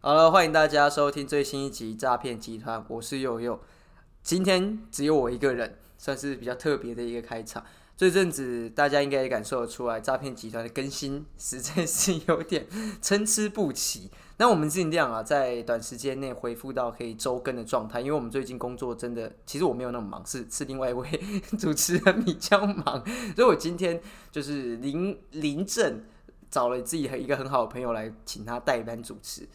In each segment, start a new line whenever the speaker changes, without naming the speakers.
好了，欢迎大家收听最新一集《诈骗集团》，我是佑佑。今天只有我一个人，算是比较特别的一个开场。这阵子大家应该也感受得出来，诈骗集团的更新实在是有点参差不齐。那我们尽量啊，在短时间内恢复到可以周更的状态，因为我们最近工作真的，其实我没有那么忙，是是另外一位主持人比较忙， 所以我今天就是临临阵找了自己一个很好的朋友来请他代班主持。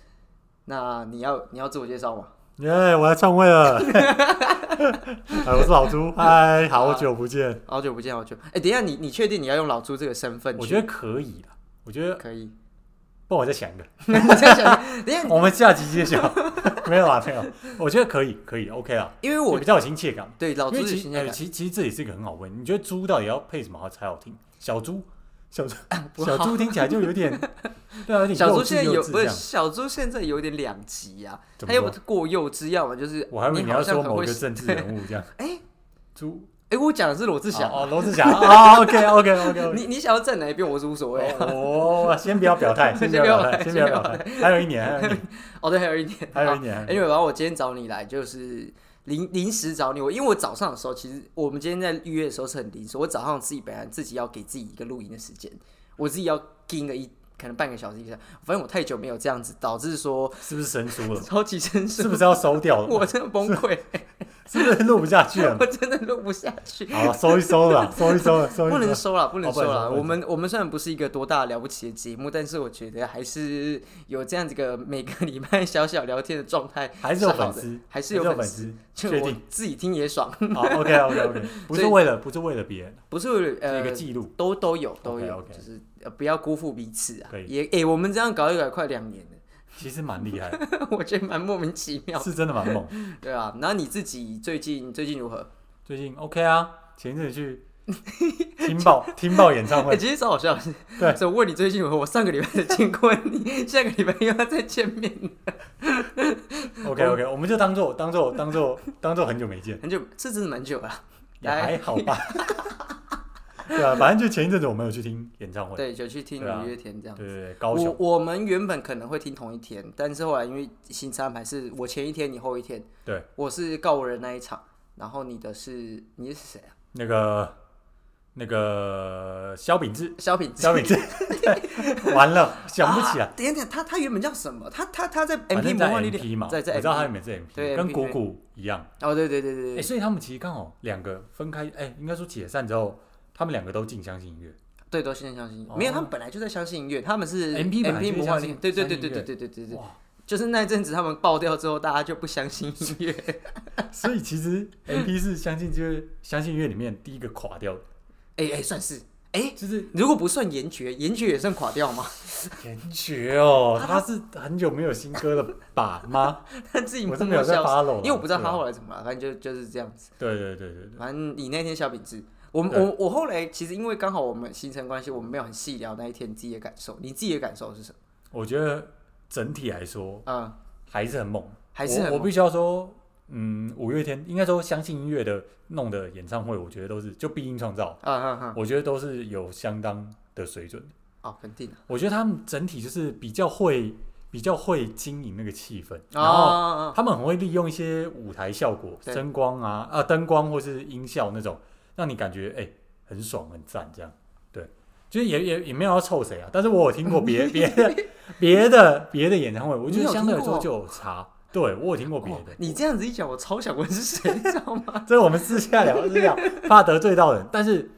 那你要你要自我介绍吗？
耶、我来篡 位了！哎，我是老朱，嗨，好久不见。
好久不见，好久。哎、等一下，你你确定你要用老朱这个身份去？
我觉得可以啦，我觉得，
可以。
不，我再想 一个，
我在想，等一下，
我们下集揭晓。 没有啦，啊没有，我觉得可以，可以，OK 啦，
因为
就
我
比较有亲切感。
对老朱
因为
的
其
形
实，哎
象感，
其实其实这也是一个很好问，你觉得猪到底要配什么才好听？小猪，小猪，
啊不
小猪听起来就 有点，对啊，有点
小
幼
猪
稚
现在
幼
有
稚
不
这
是
样。
小猪现在有点两极啊，
怎
他
么
要不
说？
是过幼稚，要么就是
我还以为
你
要
好像
说
很
某
会
个政治人物这样。
哎
猪，
哎、我讲的是罗志祥，
哦，哦罗志祥啊，OK，OK，OK，
你你想要站哪一边，我是无所谓啊。
哦，先不要 表态，先不要表态，
先
先
不要
不要
表
表
态
态，还有一年，还有一年，
哦，对，还有一点，
还有一
好
年，还有一年
Anyway，然后我今天找你来就是临临时找你，我因为我早上的时候，其实我们今天在预约的时候是很临时，我早上自己本来自己要给自己一个录音的时间，我自己要盯个一可能半个小时以上，反正我太久没有这样子，导致说
是不是生疏了？
超级 生
是
疏，
不是要收掉了？
我真的崩溃，
是不是录不下去 了？
我真的录不下去。
好，收一收了，收一收了，收一
不
收
能
了。
收了，不能
哦不
收
能
了。
收
我们我们虽然不是一个多大了不起的节目，但是我觉得还是有这样子一个每个礼拜小小聊天的状态好的，
还是有粉丝，
还是
有
有粉
粉
丝，
丝，
就
确
我
定。
自己听也爽，
好，OK，OK，OK，不是为了，不是为了别人，
不是
是一个
呃，
记录。
都都有都有
OK，OK
就是呃不要辜负彼此啊
可。以
也诶、我们这样搞一搞快两年了，
其实蛮厉害，
我觉得蛮莫名其妙，
是真的蛮猛。
对啊。然后你自己最近最近如何？
最近 OK 啊，前一阵 子去听爆听爆演唱
哎、
会，
其实超好笑的是，
对
所以我问你最近如何，我上个礼拜才见过你， 下个礼拜又要再见面，
OK OK，我们就当做当做当做当做很久没见，
很久，这真的蛮久了。
也
来
还好吧。 对啊，反正就前一阵子我们有去听演唱会，
对，就去听
对啊
五月天这样。
对对对，高
我
雄
我们原本可能会听同一天，但是后来因为行程安排是我前一天，你后一天。
对，
我是告五人那一场，然后你的是你是谁啊？
那个那个萧秉治，
肖品
萧秉 治，对，完了想不起来，
啊。等一下等一下，他他原本叫什么？他他他在
反
MP
正
魔
在
幻力
MP
量
嘛，
在在
我知道他
MP。
原本是 MP，
对
跟
MP
谷谷一样，
哦，对对对对
哎，
对
所以他们其实刚好两个分开，哎，应该说解散之后，他们两个都进相信音乐，
对，都是相信音乐
哦
没有，他们本来就在相信音乐，他们是
MP 本来就
MP
是
魔幻
相
力
信
量。对对对
相
对
信音乐
对对对对对，
哇，
就是那一阵子他们爆掉之后，大家就不相信音乐。
所以其 实 MP 是相信就是相信音乐里面第一个垮掉的，
哎哎，算是哎，
就是
如果不算严爵，严爵也算垮掉吗？
严爵哦，他是很久没有新歌了吧吗？
他自己
我
默
是没
默
有在
消失。
发了，
因为我不知道他
对啊
后来怎么了，反正就就是这样子。
对对对对对，
反正你那天小品质，我
对
我我后来其实因为刚好我们行程关系，我们没有很细聊那一天你自己的感受。你自己的感受是什么？
我觉得整体来说
嗯，
还是很猛，
还是很
我我必须要说，嗯，五月天应该说相信音乐的弄的演唱会，我觉得都是就必应创造，
啊啊啊！
我觉得都是有相当的水准。
哦，肯定的。
我觉得他们整体就是比较会比较会经营那个气氛，然后
哦，
他们很会利用一些舞台效果、
对
声光啊啊灯光或是音效那种，让你感觉哎、很爽很赞这样。对，就是也也也没有要臭谁啊，但是我有听过 别别的别的别的演唱会，我觉
你
得
有
相对来
听
说
过
就有差。对我有听过别
哦
的，
你这样子一讲，我超想问是谁，你知道吗？
这是我们私下聊，私下怕得罪到人。但是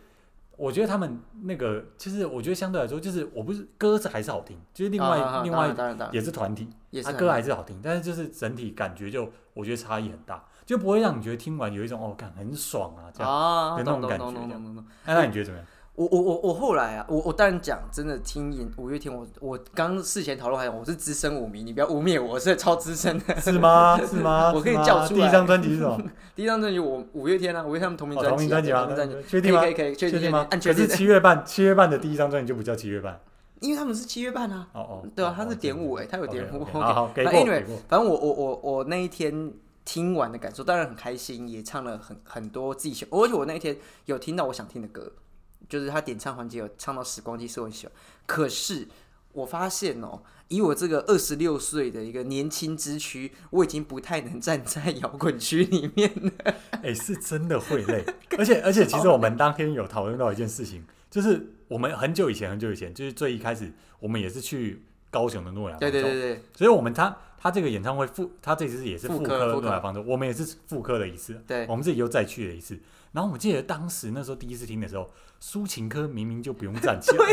我觉得他们那个，就是我觉得相对来说，就是我不是歌是还是好听，就是 另外、
啊啊啊
另
当
外
然当然当然
也是团体，
也是
他
很
歌还是好听，但是就是整体感觉就我觉得差异很大，就不会让你觉得听完有一种哦，感很爽啊这样。
啊，
有那
懂
种
懂
感
懂
觉
懂
这样
懂懂。
哎、那你觉得怎么样？
我我我我后来啊，我我当然讲真的听演五月天，我我刚事前讨论还有我是资深舞迷，你不要污蔑我，我是超资深的。
是吗？是吗？
我可以
是吗
叫出来
第一张专辑是什么？
第一张专辑我五月天啊，五月天他们同名
哦，
专辑啊、
同名专辑吗
同名专辑？
确定吗
可以？可以可以， 确定
定吗？
按
可
确定
是，七月半，七月半的第一张专辑就不叫七月半。
因为他们是七月半啊。
哦哦，
对啊
哦
他是
哦
点舞
对
欸他有点
OK，OK，
舞
好好，给
那
过，
anyway，
给过。
反正我我我我那一天听完的感受，当然很开心，也唱了很很多自己喜欢，而且我那一天有听到我想听的歌，就是他点唱环节有唱到《时光机》，是我很喜欢。可是我发现哦，以我这个二十六岁的一个年轻之躯，我已经不太能站在摇滚区里面了。欸
哎、是真的 会累。而且而且，其实我们当天有讨论到一件事情，就是我们很久以前很久以前，就是最一开始我们也是去高雄的诺亚方
对
舟，
对对对
所以我们他他这个演唱会复他这次也是
复
复
刻
刻
复刻
诺亚方舟，我们也是复刻了一次，
对，
我们自己又再去了一次。然后我记得当时那时候第一次听的时候，抒情歌明明就不用站 起来，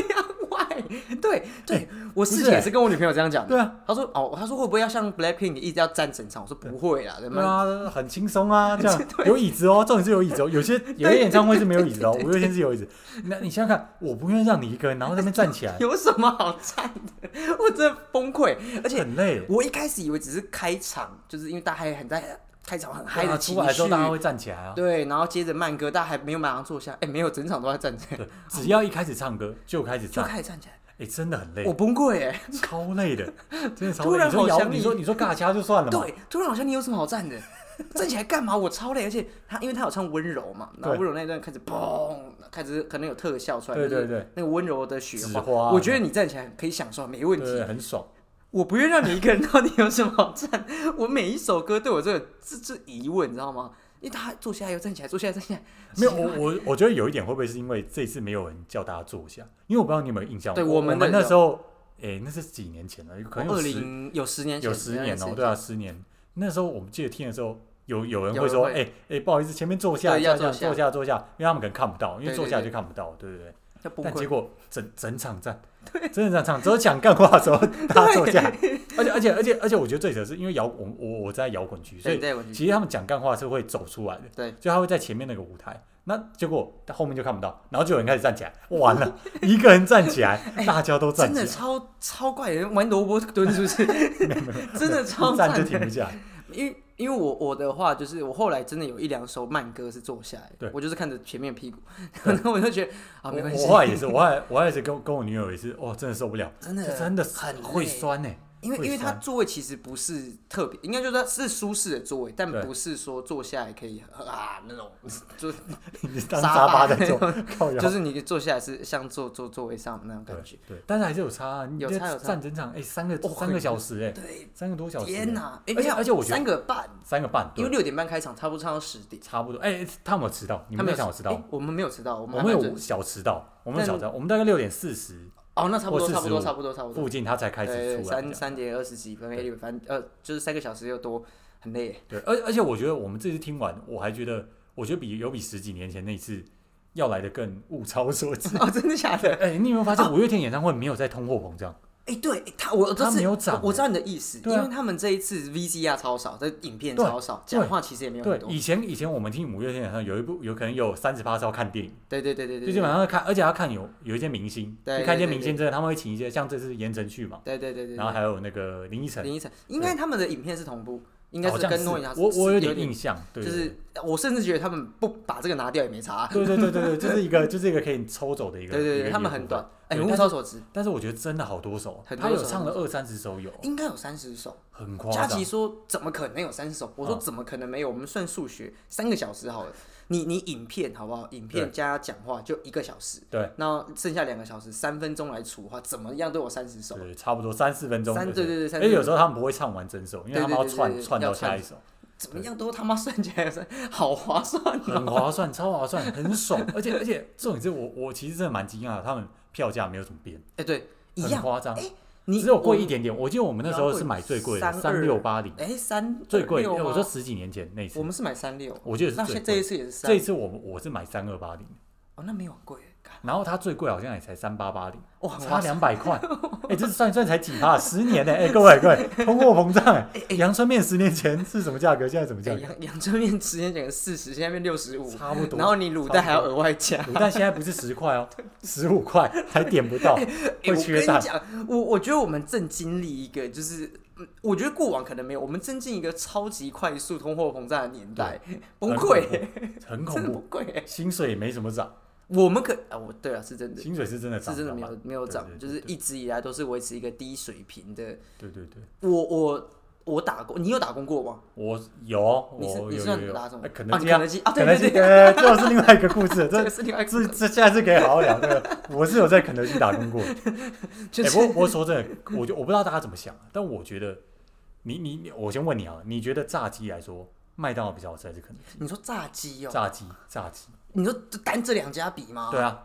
喂，对对，我
不
事
是
前也
欸
是跟我女朋友这样讲的。
对啊，
她说哦，她说会不会要像 Blackpink 一直要站整场？我说不会啦，人
嗯对
们
啊，很轻 松啊，这样有椅子哦，重点是有椅子哦，有些有些演唱会是没有椅子哦，五月天是有椅子。那你想想看，我不愿意让你一个人，然后在那边站 起来，
有什么好站的？ 我真的崩溃，而且
很累。哦
我一开始以为只是开场，就是因为大家还很在开场很嗨
对啊
的情
出来之
绪
后，，大家会站起来啊。
对，然后接着慢歌，大家还没有马上坐下，哎，没有，整场都在站起来，
对，只要一开始唱歌就开始
就
站，
开始站起来，
哎，真的很累
我，崩溃哎，
超累的，真的超
突
累。
然
你说
好
摇，
像
你说
你
你说尬掐就算了嘛，
对，突然好像你有什么好站的， 站起来干嘛？我超累，而且他因为他有唱温柔嘛，然后
对
温柔那一段开始嘣，开始可能有特效出来，
对对
就是
对
那个温柔的雪
纸
花，
花
我觉得你站起来可以享受，没问
对
题，
对，很爽。
我不愿让你一个人，到底有什么好站？我每一首歌对我这个这这疑问，你知道吗？因为他坐下来又站起来，坐下来站起来，
没有，
奇怪
我我我觉得有一点会不会是因为这次没有人叫大家坐下？因为我不知道你有没有印象，
对
我
我们的哦
那时候，诶，那是几年前了，可能有
二
十
零有十年前
有十年哦、
前
对啊，十年。那时候我们记得听的时候，有有人
有
会
人
说，
会
诶诶，不好意思，前面坐下，
对要坐
坐
下
坐下，坐下，因为他们可能看不到，因为
对
坐
对
下
对
就看不到，对不对？
要崩
但结
溃，
果整整 场战，整场战只有讲干话的时候，大家坐下，而且而且而且而且，我觉得最扯的是因为摇我我我在摇滚区，所
对，
以
再回去，
其实他们讲干话是会走出来的，
对，
所以他会在前面那个舞台，那结果他后面就看不到，然后就有人开始站起来，完了，一个人站起来，大家都站
哎真的
起来，
超超怪人，玩萝卜蹲是不 是？真的超
一站就
赞
停不
的，
下来，
因为。因为我我的话就是我后来真的有一两首慢歌是坐下来的
对，
我就是看着前面屁股，然 后我就觉得啊没
我
关系
我，后来也是，我后来我后来也是跟跟我女友也是，哦，真的受不了，
真的
这真的是
很
会
累
酸呢、
因为
会
因为它
酸
座位其实不是特别，应该就是它是舒适的座位，但
对
不是说坐下来可以啊那种，就
你 当
沙
沙
发
发在
那
坐，靠腰。
就是你坐下来是像坐坐座位上那种
对
感觉。
对，但是还是有差、啊，你
有
这
差有差
站整场哎、三个、
哦
三个小时哎、
对，
三个多小时、
天
欸，
哪！哎
而且而且我觉得
三个半，
三个半，
因为
对，
六点半开场，差不多唱到十点。
差不多。哎、他们有迟到，你们那场有迟到
诶？我们没有哎迟到，我们
我
还
们
蛮准
有小迟到，我们
但
有小迟到，我们大概六点四十
哦，那差不
我
多，差不多，
45
差不多，差不多
附。近他才开
对
始
对
出来这
三
样。
三点二十几分，anyway，反正呃，就是三个小时又多，很累。
对，而而且我觉得我们这次听完，我还觉得，我觉得比有比十几年前那一次要来的更物超 所值。
哦，真的假的？
哎、你有没有发现五月天演唱会没有在通货膨胀？
哎、对诶他，我这
他
次
没有涨
我我知道你的意思，
对啊
因为他们这一次 VCR 超少，这影片
对
超少，
对
讲话其实也没有
对
很，多。
以前以前我们听五月天演唱会，有一部有可能有三十八是要看电影，
对对对对
就
对，
基本上要看，而且要看有有一些明星，
对
就看一些
对对
明星真的他们会请一些像这次言承旭嘛，
对对对对对。
然后还有那个林依晨，
林依晨，应该他们的影片是同步，应该
好
是
像
跟诺亚
我我
有
有点印象，对，
就
对对
是我甚至觉得他们不把这个拿掉也没差。
对对对对对，就是一个就是一个可以抽走的一
对
个。
对对
一个
对，他们很短，，哎，
对
物
但
超所值，
但是我觉得真的好多首，
很多
他
首
有唱了二三十首有，
应该有三十首。
很夸
佳
张
琪。说：“怎么可能有三十首？”我说：“
嗯
怎么可能没有？我们算数学，三个小时好了。你你影片好不好？影片
对
加讲话就一个小时，
对，
那剩下两个小时，三分钟来除的话，怎么样都有三十首。
对，差不多三四分钟。
三对对对三四分
而且
钟
有时候他们不会唱完整首，因为他们
对对对
串
对对
串到
要串
下一首，
怎么样都他妈算起来是 好划算哦、
很划算，超划算，很爽。而且 而且重点是我我其实真的蛮惊讶的，他们票价没有怎么变，
哎、对，一
很
样，哎
夸张，
你
只有贵一。点点。我记得我们那时候
比较贵
是买最贵的三六八
320
零，
哎、三
最贵。
六
哎
吗
我说十几年前那一
我
次，
们是买三六，
我记得是
那
最
现
贵
这一次也是
这
三
一，次我们我是买三二八零，
哦，那没有很贵，干
然后它最贵好像也才三八八零。
哇，很划
差
算
两百块，哎、这算一算才几趴？十年呢、哎、各位各位，通货膨胀、哎，阳春面十年前是什么价格？现在什么价
哎
格？
阳阳春面之前讲四十，现在变六十五，
差不多。
然后你卤蛋还要额外加。
卤蛋现在不是十块哦，十五块还点不到，
哎
会
我跟
缺
你
蛋。
讲，我我觉得我们正经历一个，就是嗯我觉得过往可能没有，我们正经一个超级快速通货膨胀的年代，崩溃，真
很恐怖，很
的
恐怖。
崩溃。
薪水也没什么涨，
我们可啊，我对啊，是真的，
薪水是真的涨，
是真的没
好
有
吧
没有
对
涨，
对
就是一直以来都是维持一个低水平的。
对对对，
我我我打工，你有打工过吗？
我有，我
你是
有
你是
有有，
打什么？
哎肯
啊
德
你
基
肯
啊
德基啊，对
肯德
对
基，
对，
对，这哎又是另外一个故
这
事，这
个是另外一
这
个，
这下次可以好好聊。这个我是有在肯德基打工过，
就
哎、
是
不过不过说真的，我就我不知道大家怎么想，啊但我觉得你你你，我先问你啊，你觉得炸鸡来说，麦当劳比较好吃还是肯德基？
你说炸鸡哦，
炸鸡，炸鸡，
你说单这两家比吗？
对，啊，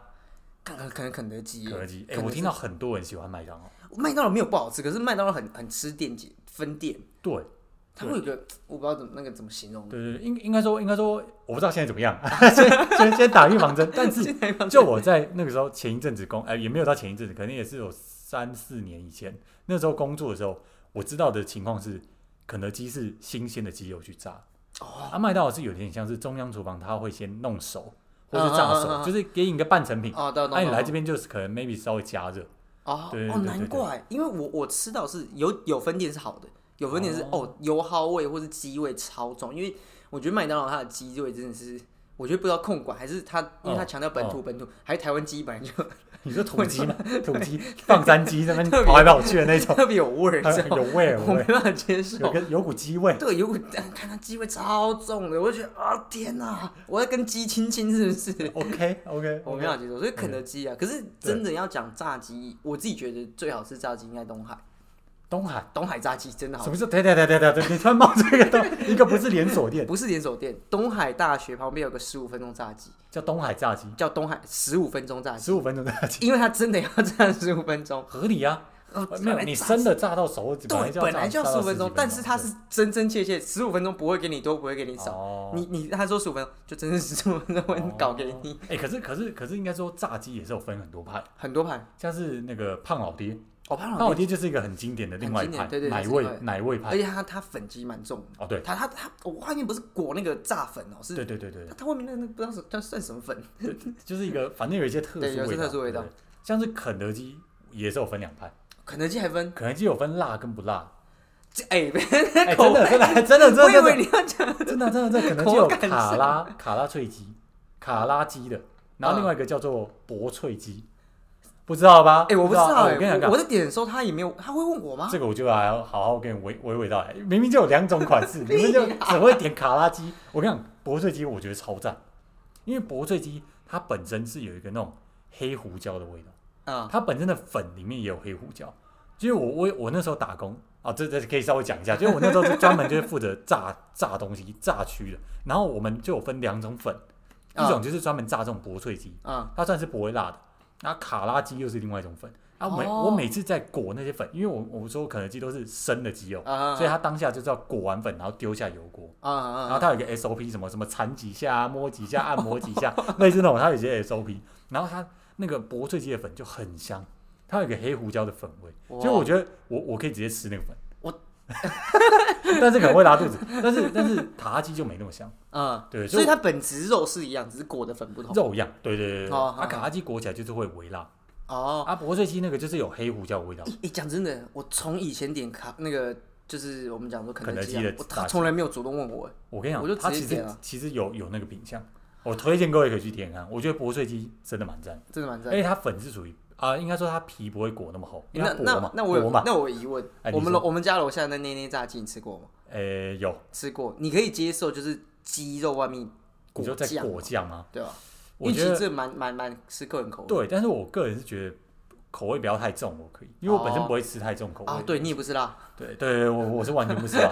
可能可能肯德基耶，
肯德基。哎、
肯德
我
基
听到很多人喜欢麦当劳，
麦当劳没有不好吃，可是麦当劳很很吃店节分店，
对
它会有一个我不知道怎么那个怎么形容，
对对，对应应该说应该说，我不知道现在怎么样， 先先先打预防针。但是 就我在那个时候前一阵子工，哎、也没有到前一阵子，可能也是有三四年以前，那时候工作的时候，我知道的情况是，肯德基是新鲜的鸡肉去炸，
哦，
啊，麦当劳是有点像是中央厨房，它会先弄熟或是炸
啊啊啊
熟，
啊啊
就是给你一个半成品。
哦，对，
那、哎你来这
边
边就是可能 maybe 稍微加 热，
哦
对对
哦，
对对
难
对
怪，因为我我吃到是有有分店是好的，有分店是
哦
哦油耗味或是鸡味超重，因为我觉得麦当劳它的鸡味真的是。我觉得不知道控管还是它，因为它
哦
强调本土本土，还是台湾鸡本来就
你说土鸡吗？土鸡放山鸡在那
特
边
别
跑来跑去的 那种，
特别有味儿，你知道吗
有味儿，
我
有味
没
儿，
办法接受
有。个有股鸡味。
对，有 股但看它鸡味超重的，我就觉得啊天哪，我要跟鸡亲亲是不是？
OK OK，
我没办法接受，所以肯德基啊，可是真的要讲炸鸡，我自己觉得最好吃炸鸡应该东海，
东海
东海炸鸡真的好
什
吃，
么是？对对对对对对，你突然冒这 个东，一个不是连锁店，
不是连锁店，东海大学旁边有个十五分钟炸鸡，
叫东海炸鸡，
叫东海十五分钟炸鸡，
十五分钟炸鸡，
因为它真的要炸十五分钟，
合理啊。
哦
没有，你
炸
生的炸到熟，
对，
本
本来
来
就
就
要十
要炸到
五分
10
钟，但是它是真真切切十五分钟，不会给你多，不会给你
对
少。
哦
你你他说十五分钟，就真是十五分钟会搞给你
哎、可是可是可是，应该说炸鸡也是有分很多派，
很多盘。哦
像是那个胖老爹，
我怕
胖老爹就是一个很经典的另外一派，
很经典对对
奶
对
味
对
奶味
而
派。
且它它粉基蛮重的，
哦，对
它它它我外面不是裹那个炸粉哦，是
对对对对
它，它外面那个那不知道是叫算什么粉，
对就是一个反正有一些特殊
对
味
有
道，
一些特殊味道
对对像是肯德基也是有分两派，
肯德基还分
肯德基有分辣跟不 辣。
这哎，
哎、
口
真的真的真的真
我以
的真的
为你要讲
真的真的真的，肯德基有卡拉卡拉脆鸡，卡拉鸡的，然后另外一个叫做薄脆鸡，不知道吧？
哎，我不知
道啊，
道
我跟你
哎，
讲
我。在点的时候他也没有，他会问我吗？
这个我就还要好好跟你娓娓娓道来，明明就有两种款式，你们就只会点卡拉鸡。我跟你讲，薄脆鸡我觉得超赞，因为薄脆鸡它本身是有一个那种黑胡椒的味道，
啊，
它本身的粉里面也有黑胡椒。就是我我我那时候打工啊，这这可以稍微讲一下，就是我那时候是专门就是负责炸炸东西炸区的，然后我们就有分两种粉，
啊
一种就是专门炸这种薄脆鸡，
啊，
它算是不会辣的，那卡拉鸡又是另外一种粉。啊，每、
哦
我每次在裹那些粉，因为我我说肯德基都是生的鸡肉，
啊
所以它当下就是要裹完粉，然后丢下油锅，
啊
然后
啊
它有一个 SOP，什么什么缠几下、啊、摸几下、按摩几下，类似那种，它有一些 SOP。然后它那个薄脆鸡的粉就很香，它有一个黑胡椒的粉味，
哇
所以我觉得我我可以直接吃那个粉，
我，
但是可能会拉肚子。但是但是塔拉鸡就没那么香，
啊，
对，
所以
它
它本质肉是一样，只是裹的粉不同。
肉一样，对对对对对，
哦好
啊卡拉鸡裹起来就是会微辣，
哦，
啊薄脆鸡那个就是有黑胡椒的味道，
诶诶，讲真的，我从以前点卡那个。就是我们讲说肯德基
肯德
啊
基，的
我
炸
他
鸡
从来没有主动问我，
我跟你讲，
我就直接
它其实
点了
其实有有那个品相，我推荐各位可以去点看。我觉得薄脆鸡真的蛮赞，
真的蛮
而
赞。
哎且它粉是属于啊、应该说它皮不会裹那么厚，因为
那那
它薄嘛，
那我有
薄嘛，
那我有疑问
哎，你
我们楼
说
我们家楼下那捏捏炸鸡你吃过吗？
呃，有，
吃过，你可以接受就是鸡肉外面
你就在
酱嘛，
果酱吗？
对吧？因
我
为其
觉
实
得
这蛮蛮蛮是个人口味
对，但是我个人是觉得口味不要太重，我可以，因为我本身不会吃太重口味。
啊，对你也不知道，
对对对，我我是完全不吃啊，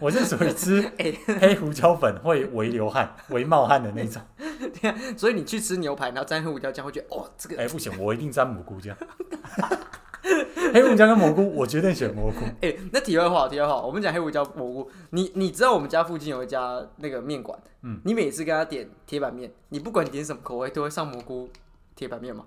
我 是属于 吃
哎
黑胡椒粉会微流汗、微冒汗的那种。
所以你去吃牛排，然后沾黑胡椒酱，会觉得 哦，这个
哎、不行，我一定沾蘑菇酱。 黑胡椒跟蘑菇，我决定选蘑菇。
哎、那题外话，题外话，我们讲黑胡椒蘑菇，你你知道我们家附近有一家那个面馆，
嗯，
你每次跟他点铁板面，你不管点什么口味，都会上蘑菇铁板面吗？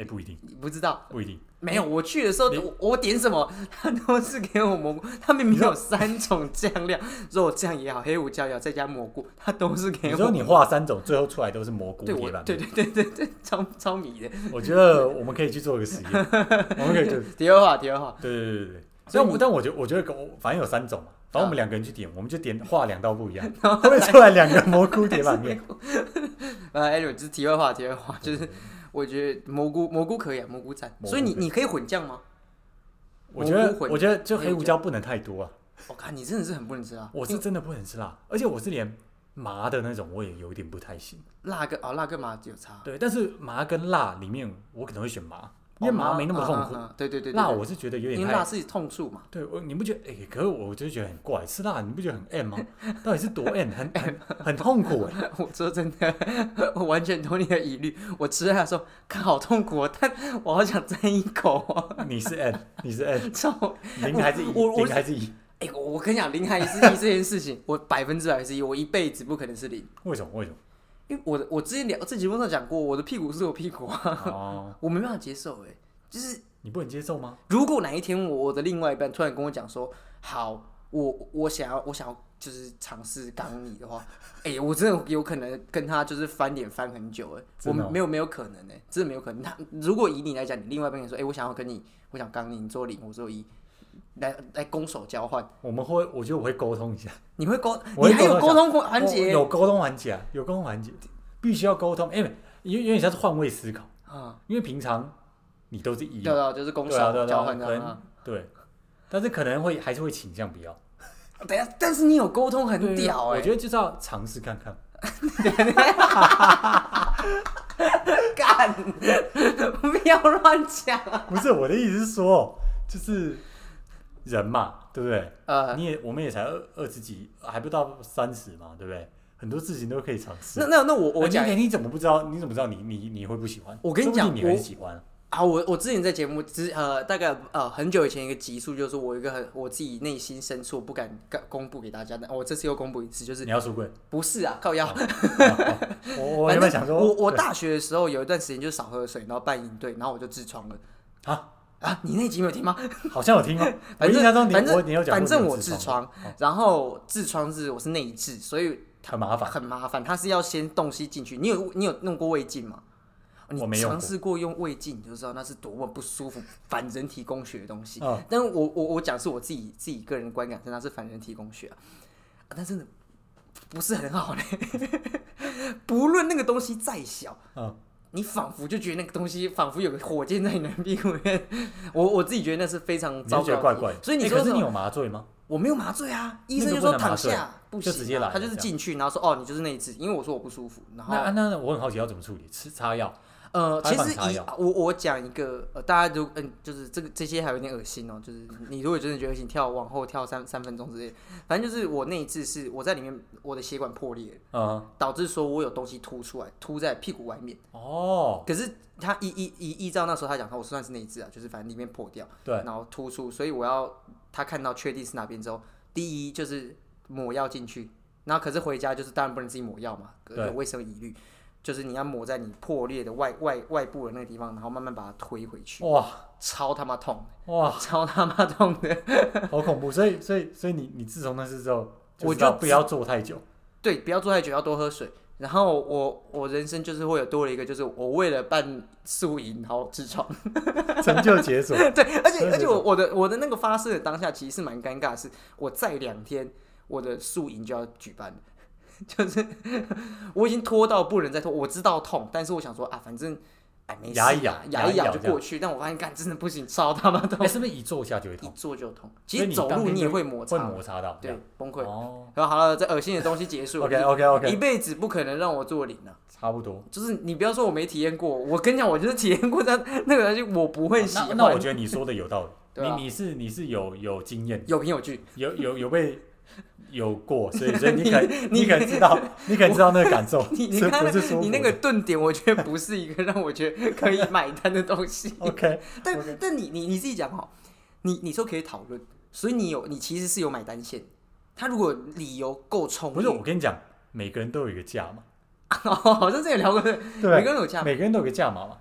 哎、不一定，
你不知道。
不一 定。
没有，我去的时候，
你
我我点什么， 他都是给我蘑菇。他明明有三种酱料， 肉酱也好，黑胡椒也好，再加蘑菇，他都是给
你
我。
说你画三种，最后出来都是蘑菇
对
铁
我
板面
对对对对对，超超迷的。
我觉得我们可以去做一个实验，我们可以就
第二话，第二话，
对对对对对。
所以
但我
你
但我觉得我觉得我反正有三种嘛，反正我们两个人去点，我们就点画两道不一样，
然
会不会出来两个蘑菇铁 板面。
呃，anyway，就是题外话，题外话，就是我觉得蘑菇蘑菇可以啊，蘑菇赞。
蘑菇
所以你
可以
你可以混酱吗？
我觉得
蘑菇混
我觉得就黑胡椒不能太多啊，
我看你真的是很不能吃啊辣，
我是真的不能吃
嗯
辣，而且我是连麻的那种我也有点不太行。
辣跟哦辣跟麻有差，
对，但是麻跟辣里面我可能会选麻，因为
哦
麻没那么痛
嗯
苦。
嗯嗯对对对，对
辣
对
我是觉得有
因
点
为辣
太……
是痛处嘛，
对，我你不觉得？哎、可是我就觉得很怪，吃辣你不觉得很 M 吗？到底是多 M？很很很痛苦哎、
我说真的，我完全懂你的疑虑。我吃辣的时候，看好痛苦、哦，但我好想沾一口哦。
你是 M，你是 M，
操！
零还是一？
我我我
零还是 E 一？
哎、我我跟你讲，零还是一这件事情，我百分之百是一，我一辈子不可能是零。
为什么？为 什么？
因为我的我之前聊这节目上讲过，我的屁股是我屁股啊，
哦，
我没办法接受哎、就是
你不能接受吗？
如果哪一天我我的另外一半突然跟我讲说，好，我我想要我想要就是尝试当你的话， 哎、我真的有可能跟他就是翻脸翻很久哎、我
真的哦
没有没有可能哎、真的没有可能。他如果以你来讲，你另外一半跟你说，哎、我想要跟你，我想刚你，你做零，我做一，来来攻守交换，
我们会，我觉得我会沟通一下。
你会沟，
我会
你还有沟
沟
通环
我
节
有沟通环节啊，有沟通环节，必须要沟通。哎、有有点像是换位思考，
啊，
因为平常你都是一
对
嘛，
对，就是攻
对啊，
守
对啊，对
交
啊
换
可
的啊
能。对，但是可能会还是会倾向不要。
等一下，啊但是你有沟通很屌哎、
啊我觉得就是要尝试看看。
干， 不要乱讲啊。
不是我的意思是说，就是人嘛，对不对？
呃，
你也我们也才二二十几，还不到三十嘛，对不对？很多事情都可以尝试
那。那那我我
哎
讲
你你怎么不知道？你怎么知道你你你会不喜欢？
我跟你
说不定
讲
你很
我
喜欢。
啊，我我之前在节目之呃，大概呃很久以前一个集数，就是我一个很我自己内心深处不敢公公布给大家的，哦我这次又公布一次，就是
你要出 柜？
不是啊，靠腰。
我哦我
反
原本
正
想说，
我我大学的时候有一段时间就少喝水，然后办营队，然后我就痔疮了。
啊，
啊，你那集没有听吗？
好像有听 哦。我
反
印象中
正
你
反
我你有
正
讲过
反正
你
我
有
痔
痔
疮
哦，
然后痔疮是我是内痔，所以
很麻烦。
很麻烦，它是要先东西进去。你有你有弄过胃镜吗？哦你
我没用
尝
过
试过用胃镜，你就知道那是多么不舒服、反人体工学的东西。
嗯
但我我我讲是我自己自己个人观感，真的是反人体工学啊，啊但真的不是很好嘞。 不论那个东西再小，
嗯，
你仿佛就觉得那个东西仿佛有个火箭在你的屁股里面。 我我自己觉得那是非常
你
嗯糟
就觉
糕的
得怪
体
怪
验
的。
所以你
哎
说
可是
什
你
么
有麻醉吗？
我没有麻醉啊，医生
那
就
个
说
不能麻
躺
醉
下，不行啊、
就直接来
他就是
这样
进去，然后说哦，你就是那一次，因为我说我不舒服，然后
那那那我很好奇要怎么处理？吃擦药？
呃，
他
其
会帮
实
你擦
以
药
我我讲一个，呃，大家如嗯、就是这个这些还有点恶心哦，就是你如果真的觉得恶心，跳往后跳三三分钟之类的，反正就是我那一次是我在里面我的血管破裂了，
嗯，
导致说我有东西凸出来，凸在屁股外面。
哦，
可是他依依依依照那时候他讲，我算是那一次啊，就是反正里面破掉，
对，
然后突出，所以我要他看到确定是哪边之后，第一就是抹药进去，然后可是回家就是当然不能自己抹药嘛，
对
有卫生疑虑，就是你要抹在你破裂的外外外部的那个地方，然后慢慢把它推回去，
哇
超他妈痛，
哇，
超他妈痛的，
好恐怖！所以所以所以你你自从那次之后，
我
知道
就
不要坐太久。
对，不要坐太久，要多喝水。然后我我人生就是会有多了一个，就是我为了办宿营，然后痔疮。
成就解锁。
对，而且
对对
而且我我的我的那个发生的当下其实是蛮尴尬的是，我再两天我的宿营就要举办了， 就是我已经拖到不能再拖，我知道痛，但是我想说啊，反正哎没事、啊，
牙一咬
牙
牙一咬
就
这样
过去，但我发现干真的不行，超他 妈痛
哎，，是不是一坐下就会
一
痛？
坐就痛，其
所
实
以你
走
当
路
天
你也
就
会摩
会
擦，
摩擦到。这
对
样，
崩溃。
哦
然后好了，这恶心的东西结束。
，OK OK OK，
一辈子不可能让我做零啊！
差不多。
就是你不要说我没体验过，我跟你讲，我就是体验过但那个东西，我不会喜
哦那
欢。
那我觉得你说的有道理。
对啊
你你是你是有有经验，
有凭有据，
有有有被有过，所以所以你 可
你
你可知道，你可知道那个感受
你你
是
看
不是舒服的？。
你那个顿点，我觉得不是一个让我觉得可以买单的东西
OK，
但
OK
但你你你自己讲哦，你你说可以讨论，所以你有你其实是有买单线。他如果理由够充
不是我
裕，
跟你讲，每个人都有一个价嘛，
好像之前有聊过，每
对
个人有价，
每个人都有个价码嘛，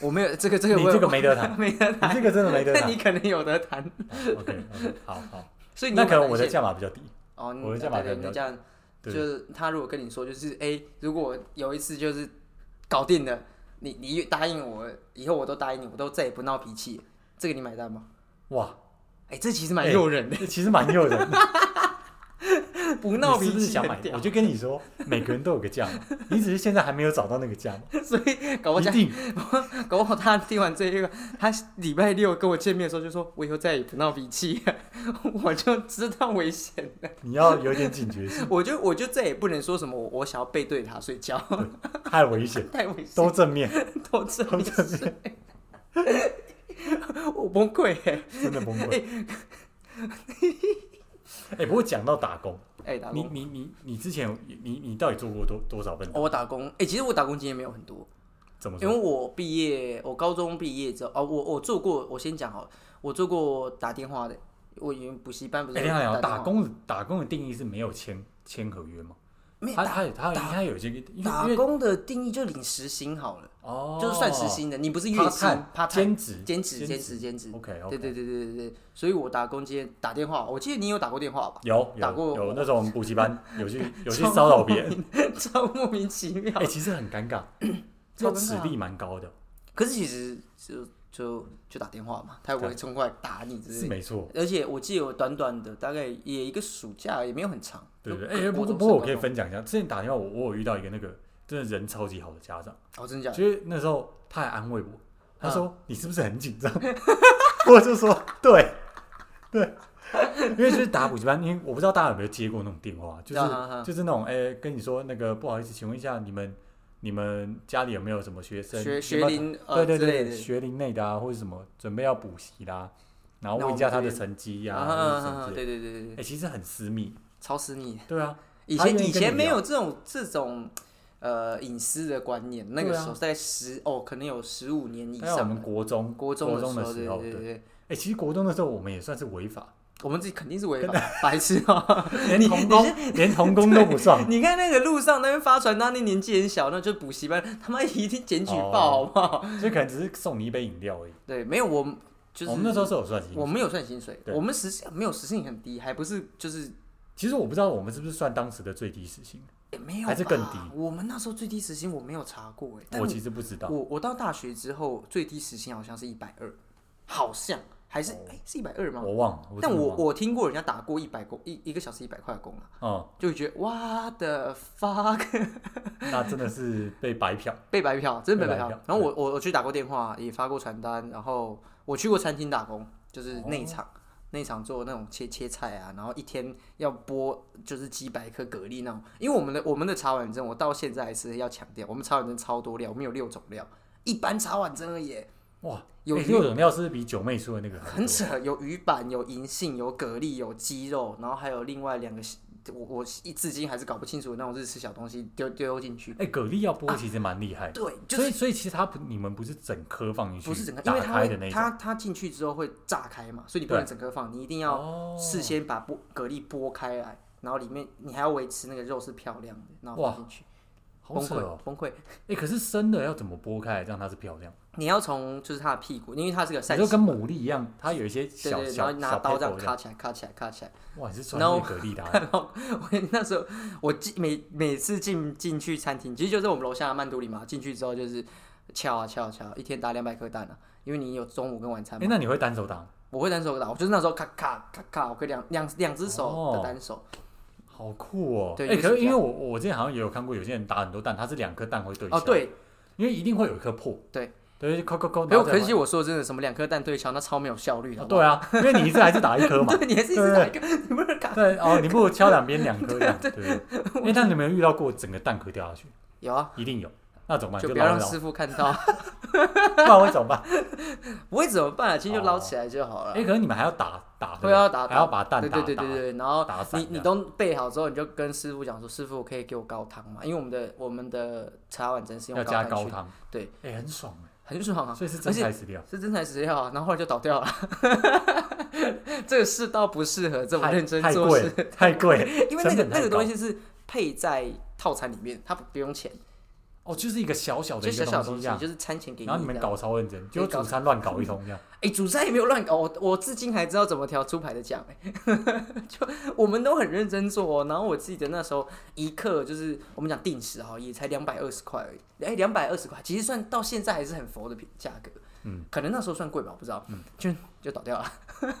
我没有这个这个
你
我
这
有
个没得 谈，
没得
你
谈，
这个真的没得
但
谈
你。可能有得谈，
OK OK，好好，
所以 你
那
有
可能
买单
我的
线
价码比较低，
哦，你
我的价码
对对，
可能比
你
较
这样就
对
是他如果跟你说就是哎、如果有一次就是搞定了，你你答应我，以后我都答应你，我都再也不闹脾气，这个你买单吗？
哇，
哎、这其实蛮诱 人的，
其实蛮诱人的。
不
你
闹脾
是
气
不是想买
很？屌
我就跟你说，每个人都有个价码，你只是现在还没有找到那个价 码，
所以搞不
一
好
定
搞不好他听完这一个，他礼拜六跟我见面的时候就说，我以后再也不闹脾气了， 我就知道危险了。
你要有点警觉性，
我就我就再也不能说什么我我想要背对他睡觉，
太 危险，
太危险，
都正面，
都这
都
样
正
子，
面，
我崩溃欸
真的崩溃。哎、不过讲到打工，
哎、打
你
工，
你你你之前有你你到底做过多多少份？
哦我打工，哎、其实我打工经验没有很多，
怎么
因
说？
为我毕业，我高中毕业之后，哦，我我做过，我先讲好了，我做过打电话的，我以前补习班不是
哎、
有
等一下等一下
电
打
话，
工打工的定义是没有签签合约吗？
没有
他他他
打
他有这个，因为
打
因为
工的定义就领时薪好了，
哦，
就是算时薪的，你不是月薪
part-time，，
怕
兼职
兼职兼职兼职，
OK
对
OK，
对对对对对，所以我打工接打电话，我记得你有打过电话吧？
有
打
有
过
有那种补习 班有去有去骚扰别人，
超莫名其妙
哎、。其实很尴尬，
超
这
尴尬
尺力蛮高的，
可是其实就就就打电话嘛，他也不会冲过来打你之
是
类的。
没错，
而且我记得我短短的大概也一个暑假，也没有很长。
对不对？
就
哎、不
国
过
中
不过我
升
可以
高
分享一下，之前打电话我我有遇到一个那个真的人超级好的家长，
中哦，真的假的？
就是那时候他还安慰我，他
嗯
说、你是不是很紧张？ 我就说对对，因为就是打补习班，因为我不知道大家有没有接过那种电话，就是、
啊啊啊
就是那种哎、跟你说那个不好意思，请问一下你们你们家里有没有什么学生
学
有
学
没有
龄
对
呃
对
之类
对，
的，
学龄内的啊，或者什么准备要补习的、啊，然后
那
问
我
一下
们
他
这
的
边
成绩呀、
啊
或者什
啊
么
啊
之类
对
的。
对对对
哎、
对，
其实很私密，
超死你！
对啊，
以
他愿
前
意
以
跟
前
你
没
聊
有这种这种呃隐私的观念，那个
对啊
时候在十哦，可能有十五年以
大概我们
上，
国中
国中
国中
的
的
时候，对对
时候，
对
对，
对，
哎、其实国中的时候我们也算是 违法，
我们自己肯定是违法， 白痴 啊！
连
你
童
你，
工 连童工都不算
你看那个路上那边发传单，那年纪很小，那就补习班，他妈一定检举
哦
报，好不好？
所以可能只是送你一杯饮料而已。
对，没有我们就是
我哦们那时候是有算薪水
我没有算薪水，
对
我们时薪没有时薪很低，还不是就是
其实我不知道我们是不是算当时的最低时薪，
也没有
还是更
吧
低
我们那时候最低时薪我没有查过哎，但
我其实不知道。
我我到大学之后最低时薪好像是一百二，好像还是哎、是一百二吗？
哦我忘了，
但
真的
我
忘了
我听过人家打过一百工一一个小时一百块的工啊，
嗯，
就会觉得哇的 fuck
那真的是被白嫖。
被白嫖，真的被白嫖
被白。
然
嫖
后我我我去打过电话，也发过传单，然后我去过餐厅打工，就是内场。内场做那种切切菜啊，然后一天要剥就是几百颗蛤蜊那种，因为我们的我们的茶碗蒸，我到现在还是要强调，我们茶碗蒸超多料，我们有六种料，一般茶碗蒸而已，
哇，
有
欸
鱼
六种料是不是比九妹说的那个
很
多
扯，有鱼板，有银杏，有蛤蜊，有鸡肉，然后还有另外两个，我我一至今还是搞不清楚的那种日式小东西丢丢进去。
哎、蛤蜊要剥其实蛮厉害的、
对，就
所
是
以所以其实它不，你们不是整颗放进去，
不是整个，因
打
为它
开的
会
那种，
它它进去之后会炸开嘛，所以你不能整个放，你一定要
哦
事先把剥蛤蜊剥开来，然后里面你还要维持那个肉是漂亮的，然后
哇
放进去。
好
崩
扯
溃
哦。，
崩溃！
哎、可是生的要怎么剥开让它是漂亮？
你要从就是它的屁股，因为它是个
你
扇
就
形，
跟牡蛎一样，它有一些
对
小
对，对然后
小
拿
小
刀这样
pebble
卡起来，卡起来，卡起来。
哇，你是专
No
业蛤蜊 达人，
我那时候我进每每次进进去餐厅，其实就是我们楼下的曼都里嘛，进去之后就是敲啊敲啊敲啊，一天打两百颗蛋啊，因为你有中午跟晚餐
哎、
嘛。
那你会单手打吗？
我会单手打，我就是那时候咔咔咔咔，我可以两两两只手
哦
的单手，
好酷哦！
对
哎、
就是
可是
这
因为
样
我我之前好像也有看过有些人打很多蛋，它是两颗蛋会对
哦
敲
对，
因为一定会有一颗破，
对
对，就扣扣扣，
没有，
然后再
可是我说真的，什么两颗蛋对敲，那超没有效率
玩
的。
哦对啊，因为你一次还是打一颗
好不
嘛 啊
好，，对，你还是一直打一个，你不能卡。
对哦，你不如敲两边两颗这样，对对对。哎，那你有没有遇到过整个蛋壳掉下去？
有啊，
一定有，那怎么 办？
就
就
不要
捞一
让
捞，
师傅看到，
不然会怎 么办？
不会怎么办啊？其实就捞起来就好了。
哎，可是你们还要打打，对不
会
对
要啊打
还要把蛋
对
打
对对
打
对对，然后
打散
你
这
你
样
都备好之后，你就跟师傅讲说，师傅可以给我高汤嘛？因为我们的我们的茶碗蒸是
要
用
加
汤
高
去，
汤，
对，
哎，很爽
很爽
哎，
啊，
所以是真
而且
材实料，
是真材实料啊。然后后来就倒掉了， 这个世道不适合这么
太
认真
太
做
贵
事，
了，太贵了，
因为那
成
个
本太
那个东
高
西是配在套餐里面，它不不用钱，
哦，就是一个小小的
就
一
小
个
小
东
东
西
西
这，样。
就是餐前给
然后你们
这样。
搞超认真，
对
就
搞
主餐乱搞一通 这样。
哎，主菜也没有乱搞，我我至今还知道怎么调猪排的酱，哎， 就我们都很认真做哦。然后我记得那时候一克就是我们讲定时哈，也才两百二十块而已，哎，两百二十块，其实算到现在还是很佛的品价格，
嗯，
可能那时候算贵吧，我不知道，就就倒掉了。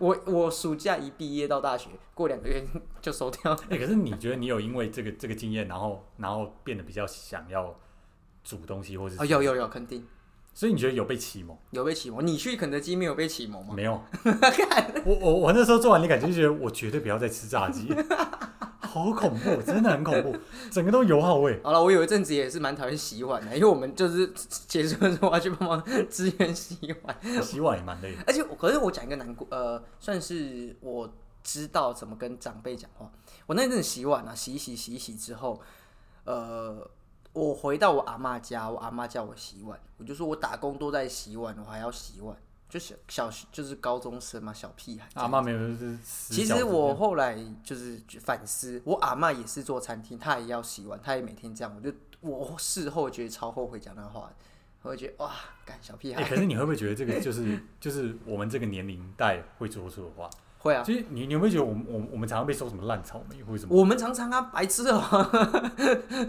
我我暑假一毕业到大学，过两个月 就收掉了。
哎、可是你觉得你有因为这个这个经验，然后然后变得比较想要煮东西，或是
哦哦，有有有，肯定。
所以你觉得有被启蒙？
有被启蒙？你去肯德基没有被启蒙吗？
没有，我我我那时候做完的感觉就觉得，我绝对不要再吃 炸鸡，好恐怖，真的很恐怖，整个都油耗味。
好了，我有一阵子也是蛮讨厌洗碗的，因为我们就是结束的时候我要去帮忙 支援洗碗，
洗碗也蛮累的，
而且我可是我讲一个难过，呃，算是我知道怎么跟长辈讲话。我那阵子洗碗啊，洗一洗洗一洗之后，呃，我回到我阿妈家，我阿妈叫我洗碗，我就说我打工都在洗碗，我还要洗碗，就小小就是高中生嘛，小屁孩。
阿妈没有就是死
其
饺
实
子
我后来就是反思，我阿嬷也是做餐厅，她也要洗碗，她也每天这样，我就我事后觉得超后悔讲那话，我会觉得哇，干小屁
哎、
孩、
可是你会不会觉得这个就是就是我们这个年龄代会说出的话？
会啊。
其实你你有没有觉得我们我们我们常常被说什么烂草莓或者什么？
我们常常啊，白痴哦、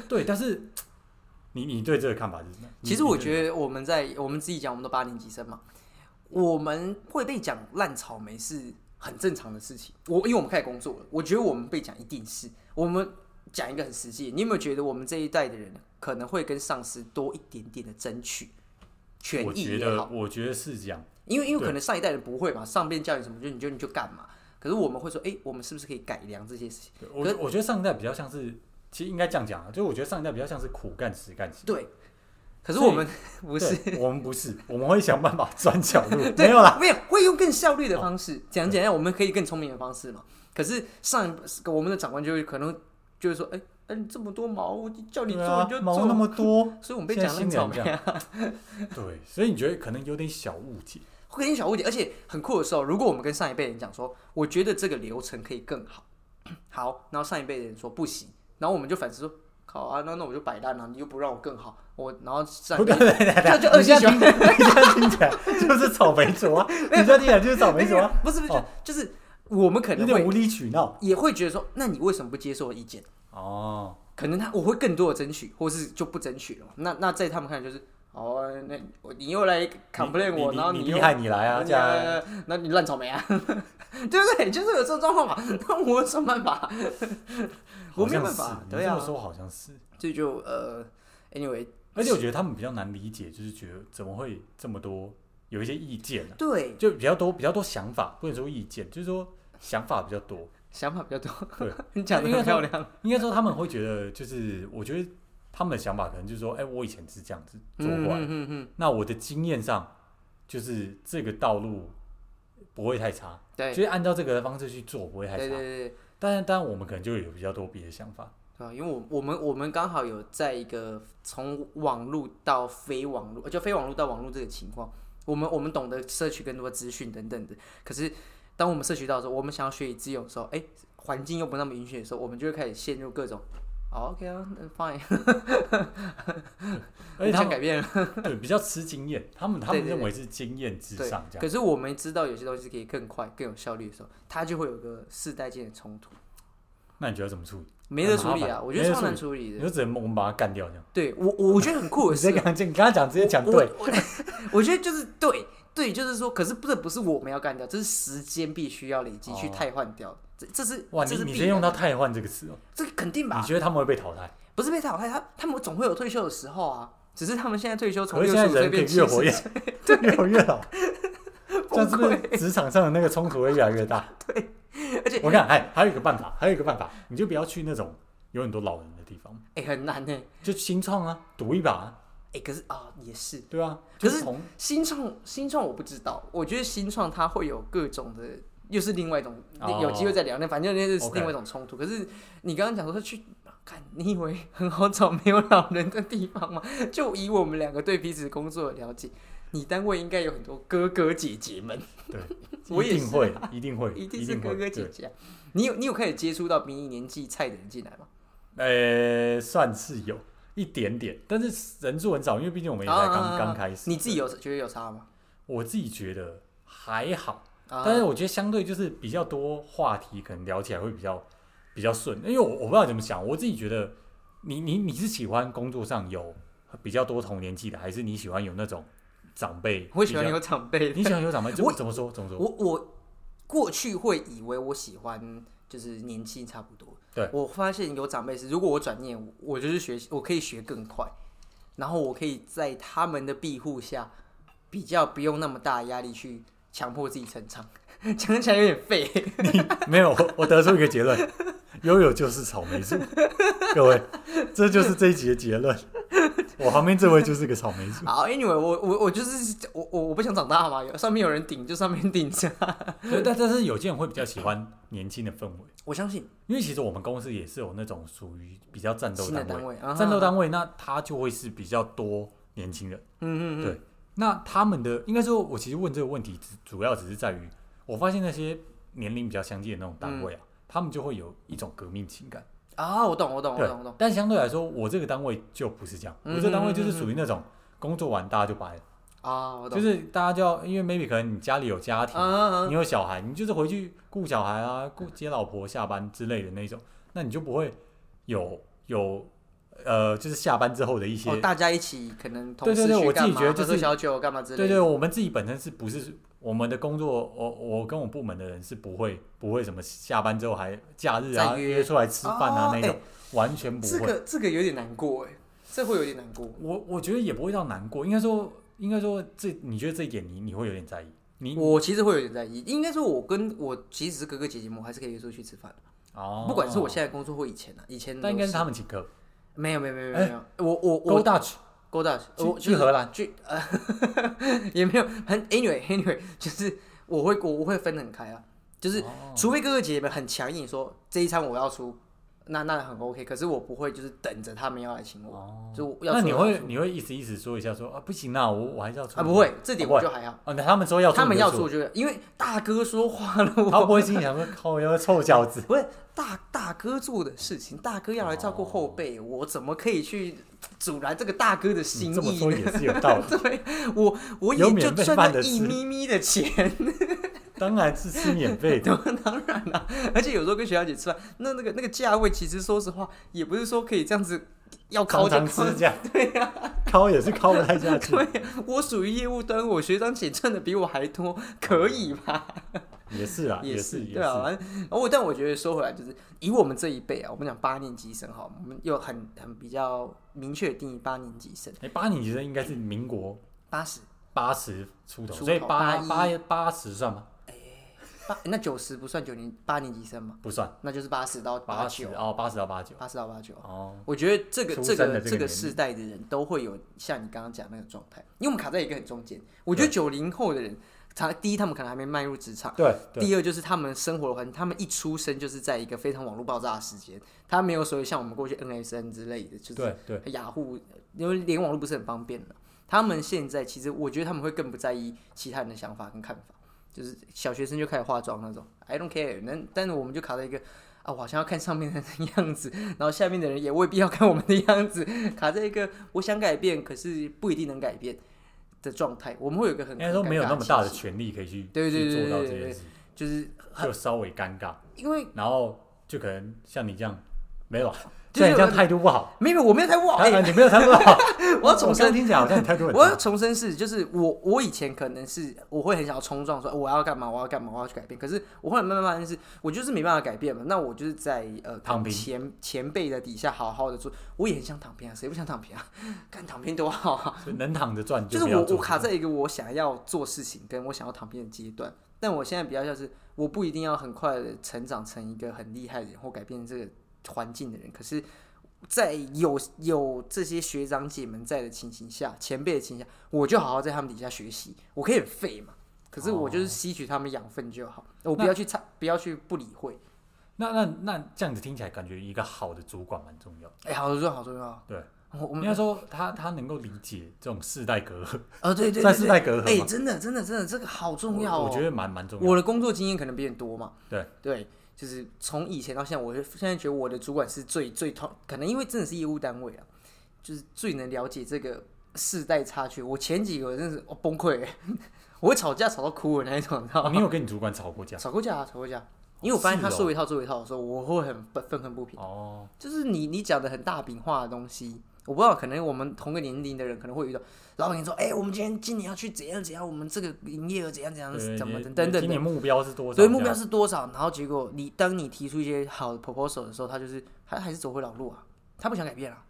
对，但是你你对这个看法是什么？
其实我
得
觉得我们在我们自己讲，我们都八年级生嘛，我们会被讲烂草莓是很正常的事情。我因为我们开始工作了，我觉得我们被讲一定是我们讲一个很实际的，你有没有觉得我们这一代的人可能会跟上司多一点点的争取权
我
益
觉
也
得
好？
我觉得是这样，
因为因为
对
可能上一代人不会嘛，上边叫你什么就你就你就干嘛。可是我们会说，哎、我们是不是可以改良这些事情？
对我我觉得上一代比较像是，其实应该这样讲啊，就我觉得上一代比较像是苦干实干型。
对，可是
所以
我们 不是
对，我们不是，我们会想办法钻角度，
对
没有啦。，哦
没有，会用更效率的方式，讲简单，我们可以更聪明的方式嘛。可是上一我们的长官就会可能就会说，哎、哎，你这么多毛，我叫你
对
做、
啊
你就
毛那
做，
么多，
所以我们被
现在
讲
新
烂草
人
莓
这
啊，
对，所以你觉得可能有点小误 解，
会有点小误解，而且很酷的时候，如果我们跟上一辈人讲说，我觉得这个流程可以更好， 好，然后上一辈人说不行，然后我们就反思说。好啊，那那我就摆烂了，你又不让我更好，我然后上一辈人这就恶性
你这
循
样
环
听， 你这样听起来就是草莓族啊，你这样听起来就是草莓族啊，
不是不是、
哦
就是我们可
有
能
点
会
无理取闹
也会觉得说，那你为什么不接受我的意见？
哦。
可能他我会更多的争取，或是就不争取了嘛。那那在他们看来就是，哦，那我你又来 complain
你
我，
你
然后
你
又
厉害，你来啊，这样。
呃那你烂草莓啊， 对不对？就是有这种状况嘛。 那我有什么办法？ 我
好
没有
像
办
是
法，，
你
对
这么
啊，
说好像是。
这就呃，anyway，
而且我觉得他们比较难理解，就是觉得怎么会这么多有一些意见呢、啊
对，
就比较多比较多想法，不能说意见，就是说想法比较多。
想法比较多，
对，
你讲的
应该
很
说
漂亮，
应该说他们会觉得，就是我觉得他们的想法可能就是说，哎、我以前是这样子做过来，
嗯嗯嗯，
那我的经验上就是这个道路不会太差，
对，
就是按照这个方式去做不会太
对对
差。
对。
当然，当然我们可能就有比较多别的想法。
啊，因为我我们我们刚好有在一个从网络到非网络，呃就非网络到网络这个情况，我们我们懂得摄取更多资讯等等的。可是当我们摄取到的时候，我们想要学以致用的时候，哎，环境又不那么允许的时候，我们就会开始陷入各种。哦 OK 啊，那 fine，
而且
想
他们
改变了，
对比较吃经验，他们他们
对对
认为是经验至
对
上这。样。
可是我们知道有些东西是可以更快、更有效率的时候，它就会有个世代间的冲突，
那你觉得怎么处理？
没得
很
处
麻
理
烦
啊，我觉
没
得
得
超
处
难
理
处理
你
的。
就只能我们把它干掉这样。
对我，我我觉得很酷的
你
是啊
直接，跟他讲，你跟他讲，直接讲
我
对。
我觉得就是对对，就是说，可是不是不是我们要干掉，这是时间必须要累积去
哦
汰换掉的，这这是
哇，
这
你
是
你
必
直接用
然
到“
的
汰换”这个词哦，
这肯定
你
吧？
觉得他们会被淘汰？
不是被淘汰，他他们总会有退休的时候啊，只是他们现在退休从
可
六
是现
十五
在
岁
人可
变
以
七
越
十
活越
岁，
越活 越老，这样是不
崩
是职场上的那个冲突会越来越大？对，
而且
我看哎还还有一个办法，还有一个办法，你就不要去那种有很多老人的地方，
哎、很难呢、哎、
就新创啊，赌一把啊，
可是啊、也是
对啊，
可
就 是从
新创新创我不知道，我觉得新创它会有各种的。又是另外一种，
哦
有机会再聊。那反正那是
OK
另外一种冲突。可是你刚刚讲说去，看你以为很好找没有老人的地方吗？ 就以我们两个对彼此工作的了解，你单位应该有很多哥哥姐姐 们，我
一
也
定
是啊
会，一定会，
一
一
定是哥
会
哥姐。姐啊。你有你有开始接触到比你年纪菜的人进来吗？
对呃，算是有一点点，但是人数很少，因为毕竟我们也才
啊
刚刚开始。
你自己有觉得有差吗？
我自己觉得还好，
啊
但是我觉得相对就是比较多话题，可能聊起来会比较比较顺。因为我我不知道怎么想，我自己觉得你你你是喜欢工作上有比较多同年纪的，还是你喜欢有那种长辈？
我喜欢，有长辈的
你喜欢有长辈？怎
我
么怎么说？怎么 说？
我我过去会以为我喜欢就是年纪差不多，
对
我发现有长辈是，如果我转念，我就是学习，我可以学更快，然后我可以在他们的庇护下，比较不用那么大的压力去强迫自己成长。 讲起来有点废，
嗯没有，我我得出一个结论：悠悠就是草 莓族。各位，这就是这一集的结论。我旁边这位就是个草莓 族。
好，Anyway，我我我就是我我我不想长大嘛，有上面有人顶就上面顶着，
但但是有些人会比较喜欢年轻的氛围，
我相信
因为其实我们公司也是有那种属于比较战斗
新的单
单位，
位，啊哈
战斗，单位那他就会是比较多年轻人。
嗯嗯嗯，
对那他们的应该说，我其实问这个问题只主要只是在于，我发现那些年龄比较相近的那种单位
嗯
啊，他们就会有一种革命情感。
啊，我懂我懂我
对
懂我懂，嗯
但相对来说，我这个单位就不是这样，我这个单位就是属于那种工作完大家就掰了，
啊，我懂，
就是是大家就要，因为 maybe 可能你家里有家庭，
啊
你有小孩，你就是回去顾小孩啊，顾接老婆下班之类的那种，那你就不会有有呃，就是下班之后的一些，
哦，大家一起可能同
对对
事
对
去
我自
干
己
嘛，
觉得
喝
就
喝
是
小酒干嘛之
对
类
对，
的，
我们自己本身是不是我们的工作，我我跟我部门的人是不会不会什么下班之后还假日啊
再约
约出来吃饭啊、
哦
那种
哎，
完全不
这
会。
个这个有点难过哎，这会有点难过，
我我觉得也不会到难过，应该说应该说这你觉得这一点你你会有点在意，你
我其实会有点在意，应该说我跟我即使是哥哥姐姐们，我还是可以约出去吃饭，
哦，
不管是我现在工作或以前啊，以前
但应该
都
是他们请客，
没有没有没有没有没哦有，我我
勾
我
大去
勾到我
去荷兰，
去 呃也没有很 anyway anyway，就是我会我我会分得很开啊，就是
哦
除非哥哥姐姐们很强硬说这一餐我要出，那那很 OK，可是我不会就是等着他们要来请我，
哦
就我要
那
出
你
我要
会
出
你会意思意思说一下说啊不行啊，我我还是要出
啊不会这点
啊不
我
会
就还好，
哦，那他们说要出
他们要
你
出
就
我就因为大哥说话了，
出，
我
他不会心里想说靠要臭小子，
不是大大哥做的事情，大哥要来照顾
哦
后辈，我怎么可以去阻拦这个大哥的心
你嗯这么
意
说
呢？
也是有道理，
对，我我也
有
就
免费
赚
饭
了
的
一
吃
咪咪的钱，
当然是吃 免费的，
当然啦、而且有时候跟学小姐吃饭，那那个那个价位，其实说实话，也不是说可以这样子要
常
高就
常吃
高。
这样，对呀，靠也是靠不太下去，
对，我属于业务端，我学长姐赚的比我还多，可以吧？
也是啊，也
是，
也
对啊。反
是，
正我但我觉得说回来，就是以我们这一辈啊，我们讲八年级生哈，我们有很很比较明确的定义八年级生，
哎，八年级生应该是民国
八十
八十出头，
出头
所以八
八
八八十算吗？
八，那九十不算九年八年级生嘛，
不算，
那就是八十到八
八十
九，
哦，八十到八九
八十到八九。
哦，
我觉得这个
出
这
生
个
的这个
这个
年龄
世代的人都会有像你刚刚讲那个状态，因为我们卡在一个很中间。我觉得九零后的人，他第一他们可能还没迈入职场，
对对，
第二就是他们生活的环境，他们一出生就是在一个非常网络爆炸的时间，他没有所谓像我们过去 NSN 之类的，就是
对对，
雅虎，因为连网络不是很方便了。他们现在其实我觉得他们会更不在意其他人的想法跟看法，就是小学生就开始化妆那种，I don't care 那。但是我们就卡在一个啊，我好像要看上面的人的样子，然后下面的人也未必要看我们的样子，卡在一个我想改变，可是不一定能改变的状态。我们会有一个很
应该说没有那么
很尴尬
大的
情绪
权利可以去
对对
去
对
做到
对
这
对
件事，
就是
就稍微尴尬，
因为
然后就可能像你这样，没有啊，
就是
像你这样态度不好，
没有我没有在哇，
当
哎
然你没有态度好，
我要重申
刚听起来好像你态度很
我要
差，
重申是，就是我我以前可能是我会很想要冲撞说呃我要干嘛，我要干嘛，我要去改变。可是我后来慢慢发现是，我就是没办法改变嘛。那我就是在呃
躺平
前前辈的底下好好的做，我也很想躺平啊，谁不想躺平啊？ 干躺平多好啊！
所以能躺着赚
就是
不要
我我
做
卡在一个我想要做事情跟我想要躺平的阶段，但我现在比较像是我不一定要很快的成长成一个很厉害的人或改变这个环境的人，可是，在有有这些学长姐们在的情形下，前辈的情形下，我就好好在他们底下学习，我可以很废嘛，可是我
哦
就是吸取他们养分就好，我不要去差，不要去不理会。
那那那这样子听起来，感觉一个好的主管蛮重要。
哎、好重要，好重哦要。
对，
我我
应
们
该说他他能够理解这种世代隔阂，
哦，对对对
算世
对，
代隔
哎、
阂吗？
真的真的真的，这个好重
我
要哦。
我觉得蛮蛮重要。
我的工作经验可能比你多嘛。
对
对，就是从以前到现在，我现在觉得我的主管是最最通，可能因为真的是业务单位啊，就是最能了解这个世代差距。我前几个真的是、哦、崩溃欸， 我会吵架吵到哭的那一种，你知道
哦，
吗？
你有跟你主管吵过架？
吵过架啊，吵过架。因为我发现他说一套做一套的时候，我会很愤愤恨 不平。
哦，
就是你你讲的很大饼化的东西，我不知道，可能我们同个年龄的人可能会遇到。老板说：“哎、我们今天今年要去怎样怎样，我们这个营业额怎样怎样，
对
怎么
你
等等等。”
今年目标是多少？
所以目标是多少？然后结果你当你提出一些好的 proposal 的时候，他就是他还是走回老路啊，他不想改变啊，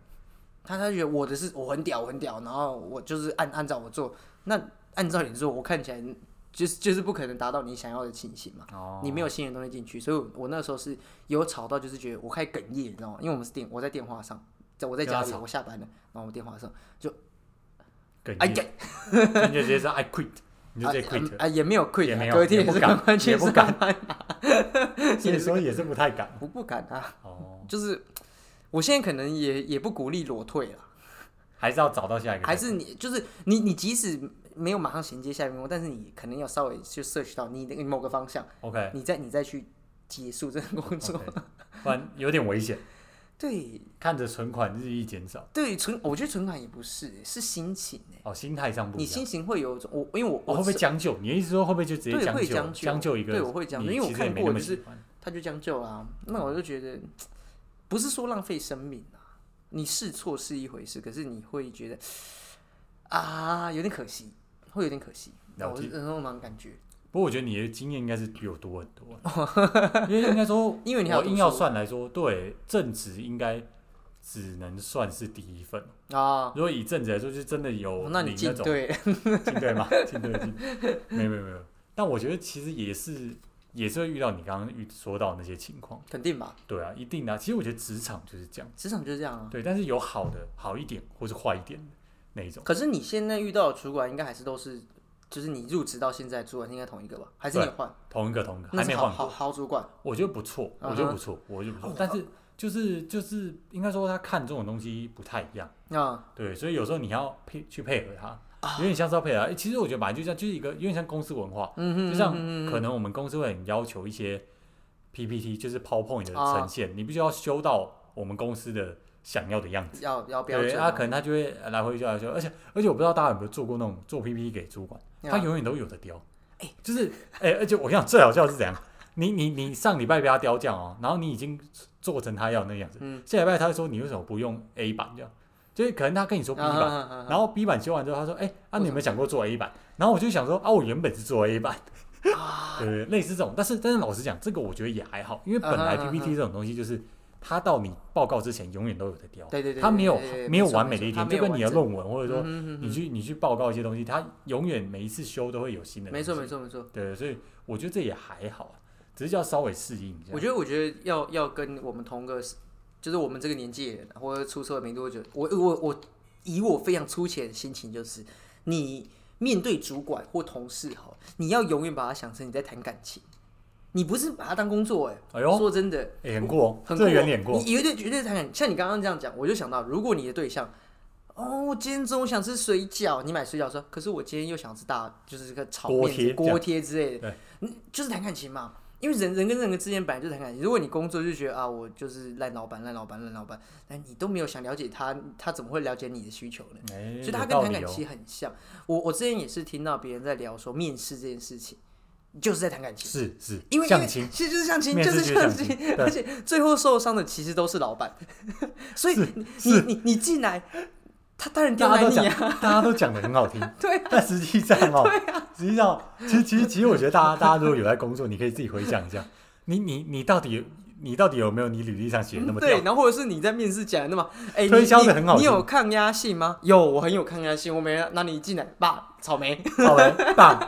他他觉得我的是我很屌，我很屌，然后我就是按按照我做，那按照你做，我看起来就是就是不可能达到你想要的情形嘛。
哦，
你没有新的东西进去，所以我我那时候是有吵到，就是觉得我快哽咽，你知道吗？因为我们是电，我在电话上，在我在家
跟
里，
他
我下班了，然后我电话上，
哽
哎
咽，你就直接说 I quit，你就直接
啊
quit，
嗯啊也没有
也
quit，
没
啊
有
隔天
也
也
不
是
敢
赶快
也
去
不
上
敢
班，
所以说也是不太敢
我不敢啊，
哦，
就是我现在可能也也不鼓励裸退了，
还是要找到下一个人，
还是你就是你你即使没有马上衔接下一份工作，但是你可能要稍微去 search 到你的某个方向，
OK，
你再你再去结束这份工作，
哎 OK，不然有点危险，
对
看着存款日益减少，
对，存我觉得存款也不是，是心情欸
哦，心态上不一
你
样。
心情会有一种我，因为我
哦，
我
会不会
是
将就？你的意思说会不会就直接
对
将
会
就？
将就
一个，
对我会将就
你
因为我
其实也
看
没
过
那么
就是
喜欢
他就将就啦、啊那我就觉得不是说浪费生命啊，你试错是一回事，可是你会觉得啊有点可惜，会有点可惜。那
了
我
解
是那种那种感觉，
不过我觉得你的经验应该是比我多很多，因为应该说，
哦 因为你还有
我
读
硬要
书
算来说，对正职应该只能算是第一份。
啊，
如果以正职来说，就真的有
哦那你
领那
进
种
对 了
进队吗？进队进，没有没有没有。但我觉得其实也是也是会遇到你刚刚遇说到的那些情况，
肯定吧？
对啊，一定的啊、其实我觉得职场就是这样，
职场就是这样啊。
对，但是有好的好一点或是坏一点的那一种。
可是你现在遇到的主管应该还是都是，就是你入职到现在主管应该同一个吧？还是你
对
换？
同一个同一个
那
还
是
没
好
换
好好主管
我觉得不错，
嗯哼
我觉得不错，我觉得不错
哦。
但是就是就是应该说他看这种东西不太一样，
啊，
对，所以有时候你要配去配合他，有点像是要配合他。诶其实我觉得本来就像就是一个有点像公司文化，
嗯哼，
就像
嗯哼
可能我们公司会很要求一些 PPT，就是 PowerPoint 的
啊
呈现，你必须要修到我们公司的想要的样子。
要要标
对，
准
他
啊，
可能他就会来回就来说，而且而且我不知道大家有没有做过那种做 PPT 给主管，
啊
他永远都有的雕，哎，就是哎，而且我跟你讲最好笑的是怎样，你你你上礼拜被他雕这样哦，然后你已经做成他要的那个样子，
嗯
下礼拜他就说你为什么不用 A 版这样，就是可能他跟你说
啊
B 版，
然
然后 B 版修完之后他说，哎，啊你有没有想过做 A 版？然后我就想说啊，我原本是做 A 版，
啊，
对对，类似这种，但是但是老实讲，这个我觉得也还好，因为本来
啊哈啊哈
PPT 这种东西就是它到你报告之前永远都有的雕，
对对对，
它没有
对对对
没有
错
完美的
错
一
它
天，
没
就
有
跟你的
完整
论文或者说
嗯哼嗯
你
哼
去你去报告一些东西，它永远每一次修都会有新的，
没错没，错没错。
对，所以我觉得这也还好啊，只是要稍微适应一下。
我觉得我觉得要要跟我们同个，就是我们这个年纪的人，或者出社会没多久，我我我以我非常粗浅的心情，就是你面对主管或同事哈，你要永远把他想成你在谈感情，你不是把他当工作哎、
哎呦，
说真的，
哎很过，
很
这
酷
个
哦
有点过，
你绝对绝对谈感情，像你刚刚这样讲，我就想到，如果你的对象。哦，我今天中午想吃水饺，你买水饺说，可是我今天又想吃大，就是这个炒
锅
面
贴
子、
这
锅
样
贴之类的
对，
嗯，就是谈感情嘛。因为人人跟人之间本来就是谈感情，如果你工作就觉得啊，我就是烂老板、烂老板、烂老板，那你都没有想了解他，他怎么会了解你的需求呢？
哎，
所以他
有
跟
道
谈
理
感
哦，
情很像。我我之前也是听到别人在聊说面试这件事情，就是在谈感情。
是是，
因为因为
相亲
其实就是相亲，
面
就
试
是
就是
相
相
亲
亲对，
而且最后受伤的其实都是老板， 所以你你你你进来，他当然刁
大家
难
都
你
讲
啊，，
大家都讲的很好听，
对
但实际上 哦，实际上，其实其实其实，我觉得大家大家如果有在工作，你可以自己回想一下，你你你到底你到底有没有你履历上写的那么
对
屌，？
然后或者是你在面试讲的那么，哎，你
推销得很好
你你
听
有抗压性吗？有，我很有抗压性，我没让你一进来，爸，草莓，
好了，棒，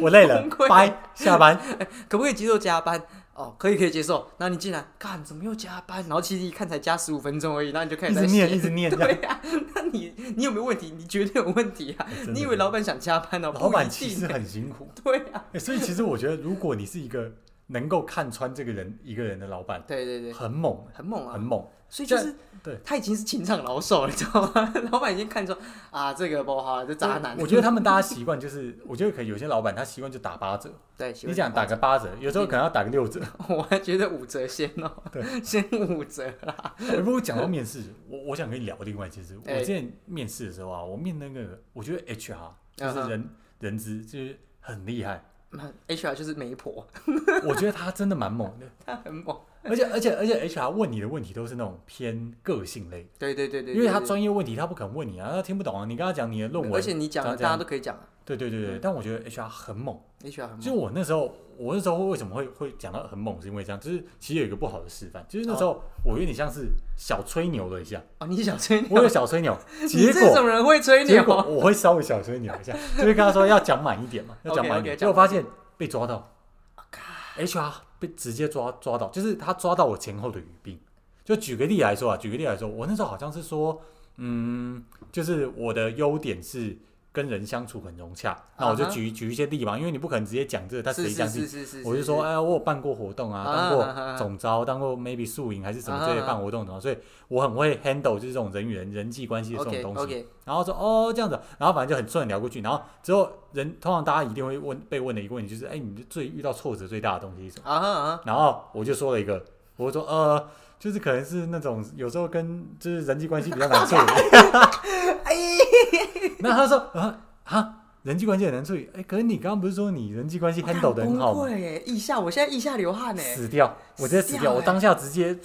我累了
崩溃，
拜，下班。
可不可以接受加班？哦，可以可以接受。然后你进来，干怎么又加班？然后其实一看才加十五分钟而已，然后你就开
一
始
直
在
念
写
一直念这
对
样，
呀、那你你有没有问题？你绝对有问题啊！
真的
你以为老板想加班哦呃呢、不
老板
一
其
定
实很辛苦、
对啊，
欸所以其实我觉得，如果你是一个能够看穿这个人一个人的老板，
对对对，
很猛，
很猛啊！
很猛，
所以就是
对
他已经是情场老手了，你知道吗？ 老板已经看出啊，这个不好了，这渣男。
我觉得他们大家习惯就是，我觉得可能有些老板他习惯就打八 折，
对，喜欢
你想打个八折，有时候可能要打个六折。
我还觉得五折先哦、 先五折 啦。
欸不过讲到面试，我我想跟你聊另外一件事。我
哎
之前面试的时候啊，我面那个，我觉得 HR 就
嗯
是
哼
人、人资就是很厉害，
那 HR 就是媒婆，
我觉得他真的蛮猛的，
他很猛。
而且而且而且 HR 问你的问题都是那种偏个性类，
对对对对，
因为
对
他
对
专业问题他不肯问你啊，他听不懂啊。你跟他讲你的论文，
而且你讲的
这
大
样
家都可以讲啊，
对对对对，
嗯
但我觉得 HR 很猛。
，HR 很
就
猛，
我那时候，我那时候为什么会会讲到很猛，是因为这样，就是其实有一个不好的示范，就是那时候我有点像是小吹牛了 一下，
哦，你想吹牛
我有小吹牛，
你
结
这
果
种人会 吹
结
牛？
果我会稍微小吹牛一下， 就是跟他说要讲满一 点嘛，要讲满一
OK，OK，
点，
讲
结果发现被抓到，HR
Oh
被直接抓抓到，就是他抓到我前后的语病。就举个例来说啊，举个例来说，我那时候好像是说，嗯，就是我的优点是跟人相处很融洽，那我就
啊哈
举举一些例嘛，因为你不可能直接讲这个，但
是
谁
是
相信
是？是是，
我就是说，，哎，我有办过活动啊，
啊
当
啊啊啊
过总招，当过 maybe 宿营还是什么之类
啊
的
啊啊
办活动的嘛，所以我很会 handle 就是这种人与人人际关系的这
OK
种东西。
OK，
然后说哦这样子，然后反正就很顺地聊过去，然后之后人通常大家一定会问被问的一个问题就是，哎，你最遇到挫折最大的东西是什么？
啊哈啊哈，
然后我就说了一个，我就说呃，就是可能是那种有时候跟就是人际关系比较难 处理。那他说啊啊，人际关系很难处理，哎，可是你刚刚不是说你人际关系 handle 的很好吗？
对，腋下，我现在腋下流汗呢，
死掉，我直接死
死
掉，
掉
我
欸
当下直接，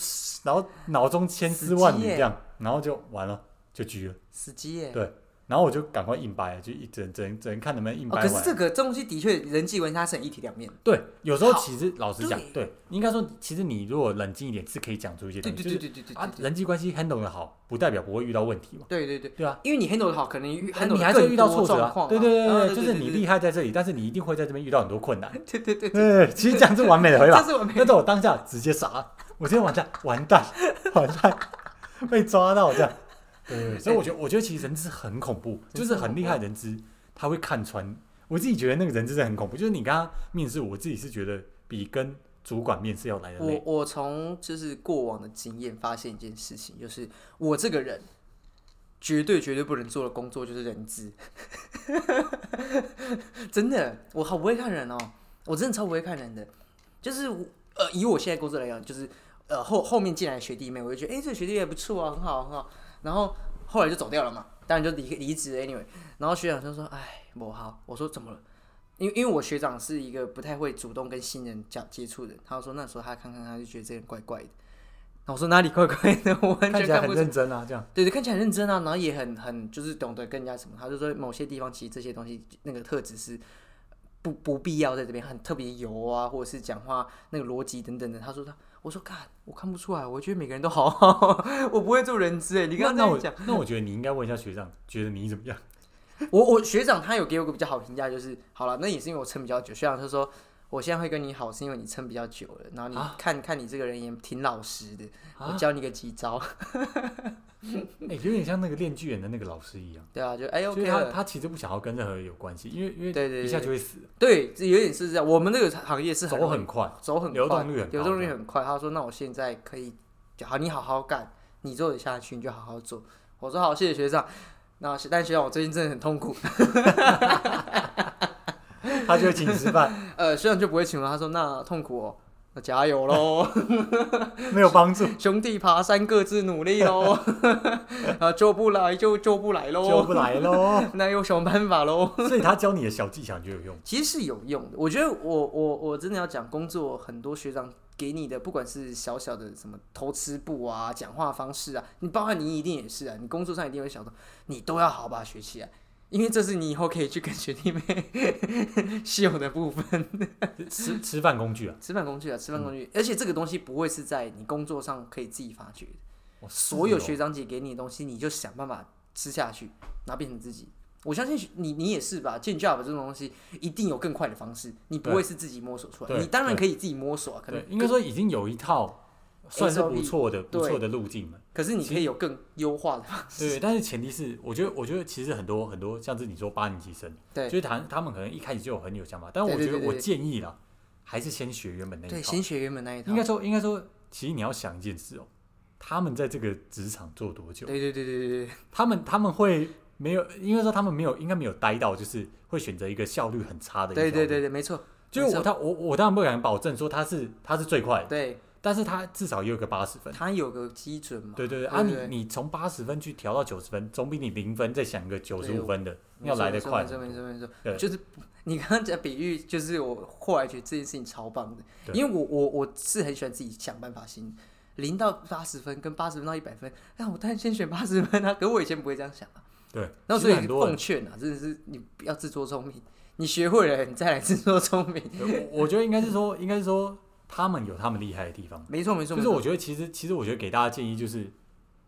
然后脑中千丝万
死
缕
机欸
这样，然后就完了，就狙了，
死机耶。
对然后我就赶快硬掰了，就一整整整看能不能硬
哦，
掰
可
完。
是这个这东西的确人际关系它是很一体两面，
对，有时候
好
其实老实讲，
对
对，应该说，其实你如果冷静一点，是可以讲出一些
对
东
对对
西，就
对对
是
对
啊，
对
人际关系 handle 的好，不代表不会遇到问题嘛。
对对对，
对啊，
因为你 handle 的好，可能遇 handle
你还
得更
是会遇到
多
挫折
状况啊，
啊，对对对
啊
对，就是你厉害在这里，但是你一定会在这边遇到很多困难。
对对对，
对，其实这样是完美的回
这
答。
是 我没
但是我当下直接傻，我直接完蛋，完蛋， 完蛋，被抓到这样。对，所以我觉得，我觉得其实人资很恐 怖，就是很厉害的人资，他会看穿。我自己觉得那个人资真的很恐怖，就是你跟他面试，我自己是觉得比跟主管面试要来的
我
累。
我从就是过往的经验发现一件事情，就是我这个人绝对绝对不能做的工作就是人资， 真的，我好不会看人哦，我真的超不会看人的，就是我呃，以我现在工作来讲，就是呃后后面进来的学弟妹，我就觉得哎、诶这个学弟妹不错啊，很好很好，然后后来就走掉了嘛，当然就离离职了 anyway，然后学长就说哎我好，我说怎么了？因为因为我学长是一个不太会主动跟新人讲接触的人，他说那时候他看看他就觉得这个人怪怪的，然后我说哪里怪怪的， 我完
看
全
起来
看不
很
出
认真啊，这样。
对对，看起来很认真啊，然后也很很就是懂得跟人家什么，他就说某些地方其实这些东西那个特质是不不必要在这边很特别油啊，或者是讲话那个逻辑等等的。他说他，我说看我看不出来，我觉得每个人都好好， 我不会做人资哎，你刚
那
刚
我
这样
那我觉得你应该问一下学长，觉得你怎 么样？
讲，我我学长他有给我个比较好评价，就是好了，那也是因为我撑比较久，学长就说。我现在会跟你好，是因为你撑比较久了，然后你
啊
看、看你这个人也挺老实的，我
啊，
教你个几招，
哎、有点像那个《炼巨人》的那个老师一样，
对啊，就哎
就
OK
是他
了
他其实不想要跟任何人有关系，因为因为
对对对
一下就会死，
对，这有点是这样。我们这个行业是很
走 很快。
走很快，
流动率很高
流动率很快。他说：“那我现在可以，好，你好好干，你做得下去，你就好好做。”我说：“好，谢谢学长。”那但学长，我最近真的很痛苦。
他就会请你吃饭，
呃，学长就不会请了。他说：“那痛苦哦，那加油 喽，
没有帮助，
兄弟爬山各自努力 喽。啊，做不来就做不 来
救
喽，
不来喽。
那有什么办法喽？”
所以他教你的小技巧你就有用。
其实是有用的。我觉得我我我真的要讲，工作很多学长给你的，不管是小小的什么偷吃步啊、讲话方式啊，你包含你一定也是啊，你工作上一定会想到，你都要好把它学起来。因为这是你以后可以去跟学弟妹 秀的部分，
吃吃饭工具啊，
吃饭工具啊，吃饭工具，而且这个东西不会是在你工作上可以自己发掘的，
哇
所有
是
学
哦
长姐给你的东西，你就想办法吃下去，然后变成自己。我相信你，你也是吧？见 job 这种东西一定有更快的方式，你不
对
会是自己摸索出来。
对
你当然可以自己摸索、啊，可能
对，应该说已经有一套算是不错的、
对
不错的路径了。
可是你可以有更优化的方式。
对，但是前提是，我觉得，我觉得其实很多很多，像是你说八年级生，
对
就是他他们可能一开始就有很有想法，但
对
我
对
觉得
对对
我
对
建议啦，还是先学原本那
对，
一套。
先学原本那一套
应。该说，应该说，其实你要想一件事哦，他们在这个职场做多久？
对对对对对对
他们他们会没有，应该说他们没有，应该没有待到，就是会选择一个效率很差的一个
对对
条件
对对，没错，
就是我他我我当然不敢保证说他是他是最快的，
对，
但是他至少也有个八十分。
它有个基准嘛。
对对对，啊
对
你
对
你从八十分去调到九十分，总比你零分再想个九十
对
五
我
分的
没
嗯要
错
来得快
没错
很
没错
多。
没错，没错
对
就是 你刚刚讲比喻，就是我后来觉得这件事情超棒的，
对
因为我我我是很喜欢自己想办法型。零到八十分跟八十分到一百分，那我当然先选八十分啊！可我以前不会这样想啊，
对，
然后
其
所
实
以
很多
奉
人，
劝啊，真的是你不要自作聪明，你学会了你再来自作聪明。
对我我觉得应该是说，应该是说他们有他们厉害的地方。
没错没错，
就
没
是
错
我觉得其实其实我觉得给大家建议就是，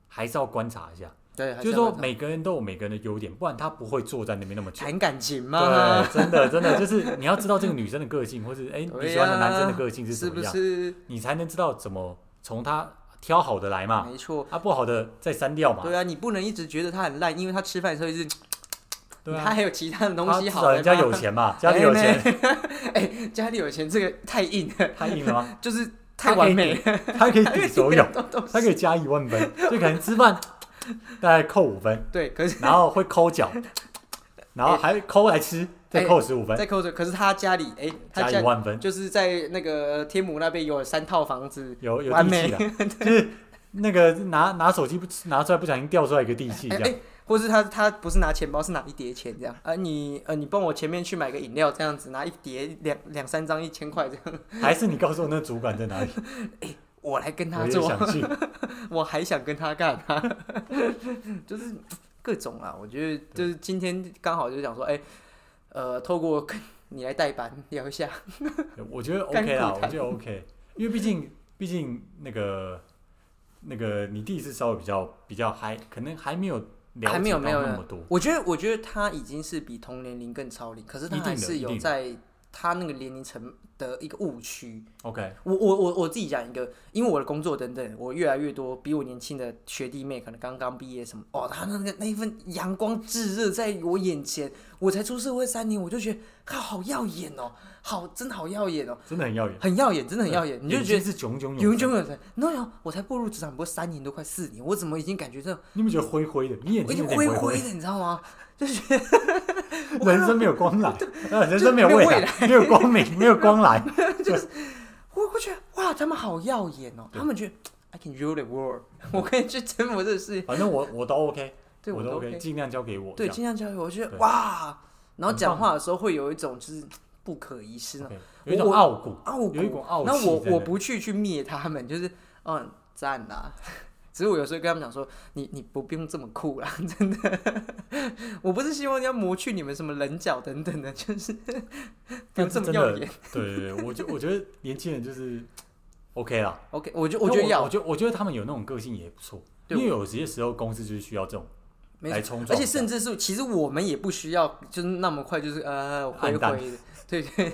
还是要观察一下，
对，还
就是
要
说
观察
每个人都有每个人的优点，不然他不会坐在那边那么久。
谈感情嘛，
对，真的真的就是你要知道这个女生的个性，或是哎、
对
你喜欢的
呀
男生的个性是
是
什么
不
样，
是？
你才能知道怎么从他挑好的来嘛，
没错，
啊不好的再删掉嘛。
对啊，你不能一直觉得他很烂，因为他吃饭的时候一直，
对啊
他还有其他的哎东
他
西
至
好
少
的
人家
吧
有，钱嘛， 家里有钱，
哎家里有钱，这个太硬了，
太硬了吗？
就是太完美了，
他可以抵所有，
都
他可以加一万分，就可能吃饭大概扣五分，
对，可是
然后会抠脚，然后还抠来吃，再扣十五分，
哎再扣着，可是他家里，哎，他
加
家
一万分，
就是在那个天母那边有三套房子，
有有
完
地
美
气了， 就是那个拿拿手机不拿出来不小心掉出来一个地气
哎
这
哎、
样，
或是他他不是拿钱包，是拿一叠钱这样。啊你，呃，你帮我前面去买个饮料这样子，拿一叠两两三张一千块这样，
还是你告诉我那主管 在哪里，
我来跟
我
他
也
做，
想去。
我还想跟他干、啊， 就是各种啊。我觉得就是今天刚好就想说，哎、呃，透过跟你来代班聊一下，
我觉得
干
OK 啦，
苦
我
谈
觉得 OK，因为毕竟毕竟那个那个你第一次稍微比较比较还可能还没有了
还
解
没有
到
没有
那么多，
我觉得，我觉得他已经是比同年龄更超龄，可是他
一定的
还是
一
有
定的
在他那个年龄层的一个误区。
OK，
我我我我自己讲一个，因为我的工作等等，我越来越多比我年轻的学弟妹，可能刚刚毕业什么，哦，他那个那一份阳光炙热在我眼前，我才出社会三年，我就觉得靠，好耀眼哦，好，真的好耀眼哦，
真的很耀眼，
很耀眼，真的很耀眼，你就觉得
得是炯炯
永
有神。
久有人。然后呢我才步入职场不过三年多，快四年，我怎么已经感觉这种，
你有没有觉得灰灰的？你眼
我已
睛
经
有点
灰
灰
灰，的，你知道吗？我看
人生没有光 来，呃，人生没有
没有
未
未
来，没有 光明，没有光来。
我我觉得哇，他们好耀眼哦，
对
他们觉得 I can rule the world，我 可以去征服这个世界，
反正我我都 OK，
对
我
都
OK，尽量交给我。
对，
这样
尽量教育，我觉得
对
哇，然后
很
讲
棒
话的时候会有一种就是不可一世那种啊
OK，有一种
我
傲骨，
傲骨
有一，股傲气
那
在
我
那。
我不去去灭他们，就是嗯赞啦。 只是我有时候跟他们讲说，你你不用这么酷啦， 真的。我不是希望要磨去你们什么棱角等等的，就是 不用
但
这
是
么
真
耀
的
眼。，
对对对，我觉我觉得年轻人就是 OK 啦。
OK，我觉我觉得
我
要
觉得我觉得他们有那种个性也不错，
对
因为有些时候公司就是需要这种
没
来冲
而
撞，
且甚至是，其实我们也不需要，就是那么快，就是呃，灰
暗淡
灰的， 对对，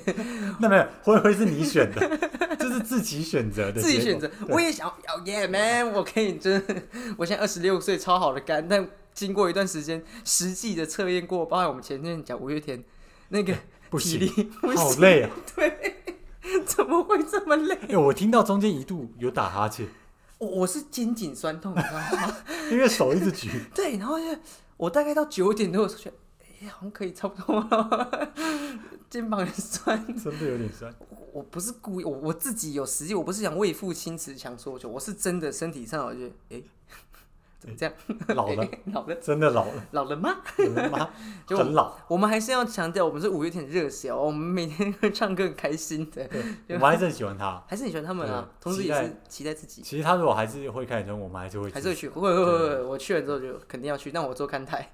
那没有会不会是你选的，这是自己选择的结果，
自己选择。
对
我也想要，Yeah man，我可以真的，我现在二十六岁，超好的肝，但经过一段时间实际的测验过，包含我们前面讲五月天那个
不
体力，
行
不
好
行，
累啊！
怎么会这么累？
哎、我听到中间一度有打哈欠，
我我是肩颈酸痛，你知道 吗？
因为手一直举，
对，然后就我大概到九点多，我觉得哎、好像可以差不多了， 肩膀很酸。
真的有点酸。
我不是故意，我我自己有实际，我不是想为父亲词强说求，我是真的身体上，我觉得哎、怎么这样？
老了
老了，
真的老了，
老了吗？
我的妈，
就
很老。
我们还是要强调，我们是五月天的热血哦，我们每天会唱歌很开心的，
我们还是很喜欢他。
还是很喜欢他们啊，
对
同时也是期待自己，
其实他如果还是会看演唱会，我们还是会
还
支
是
持。
会去，会会会会，我去了之后就肯定要去，但我做看台，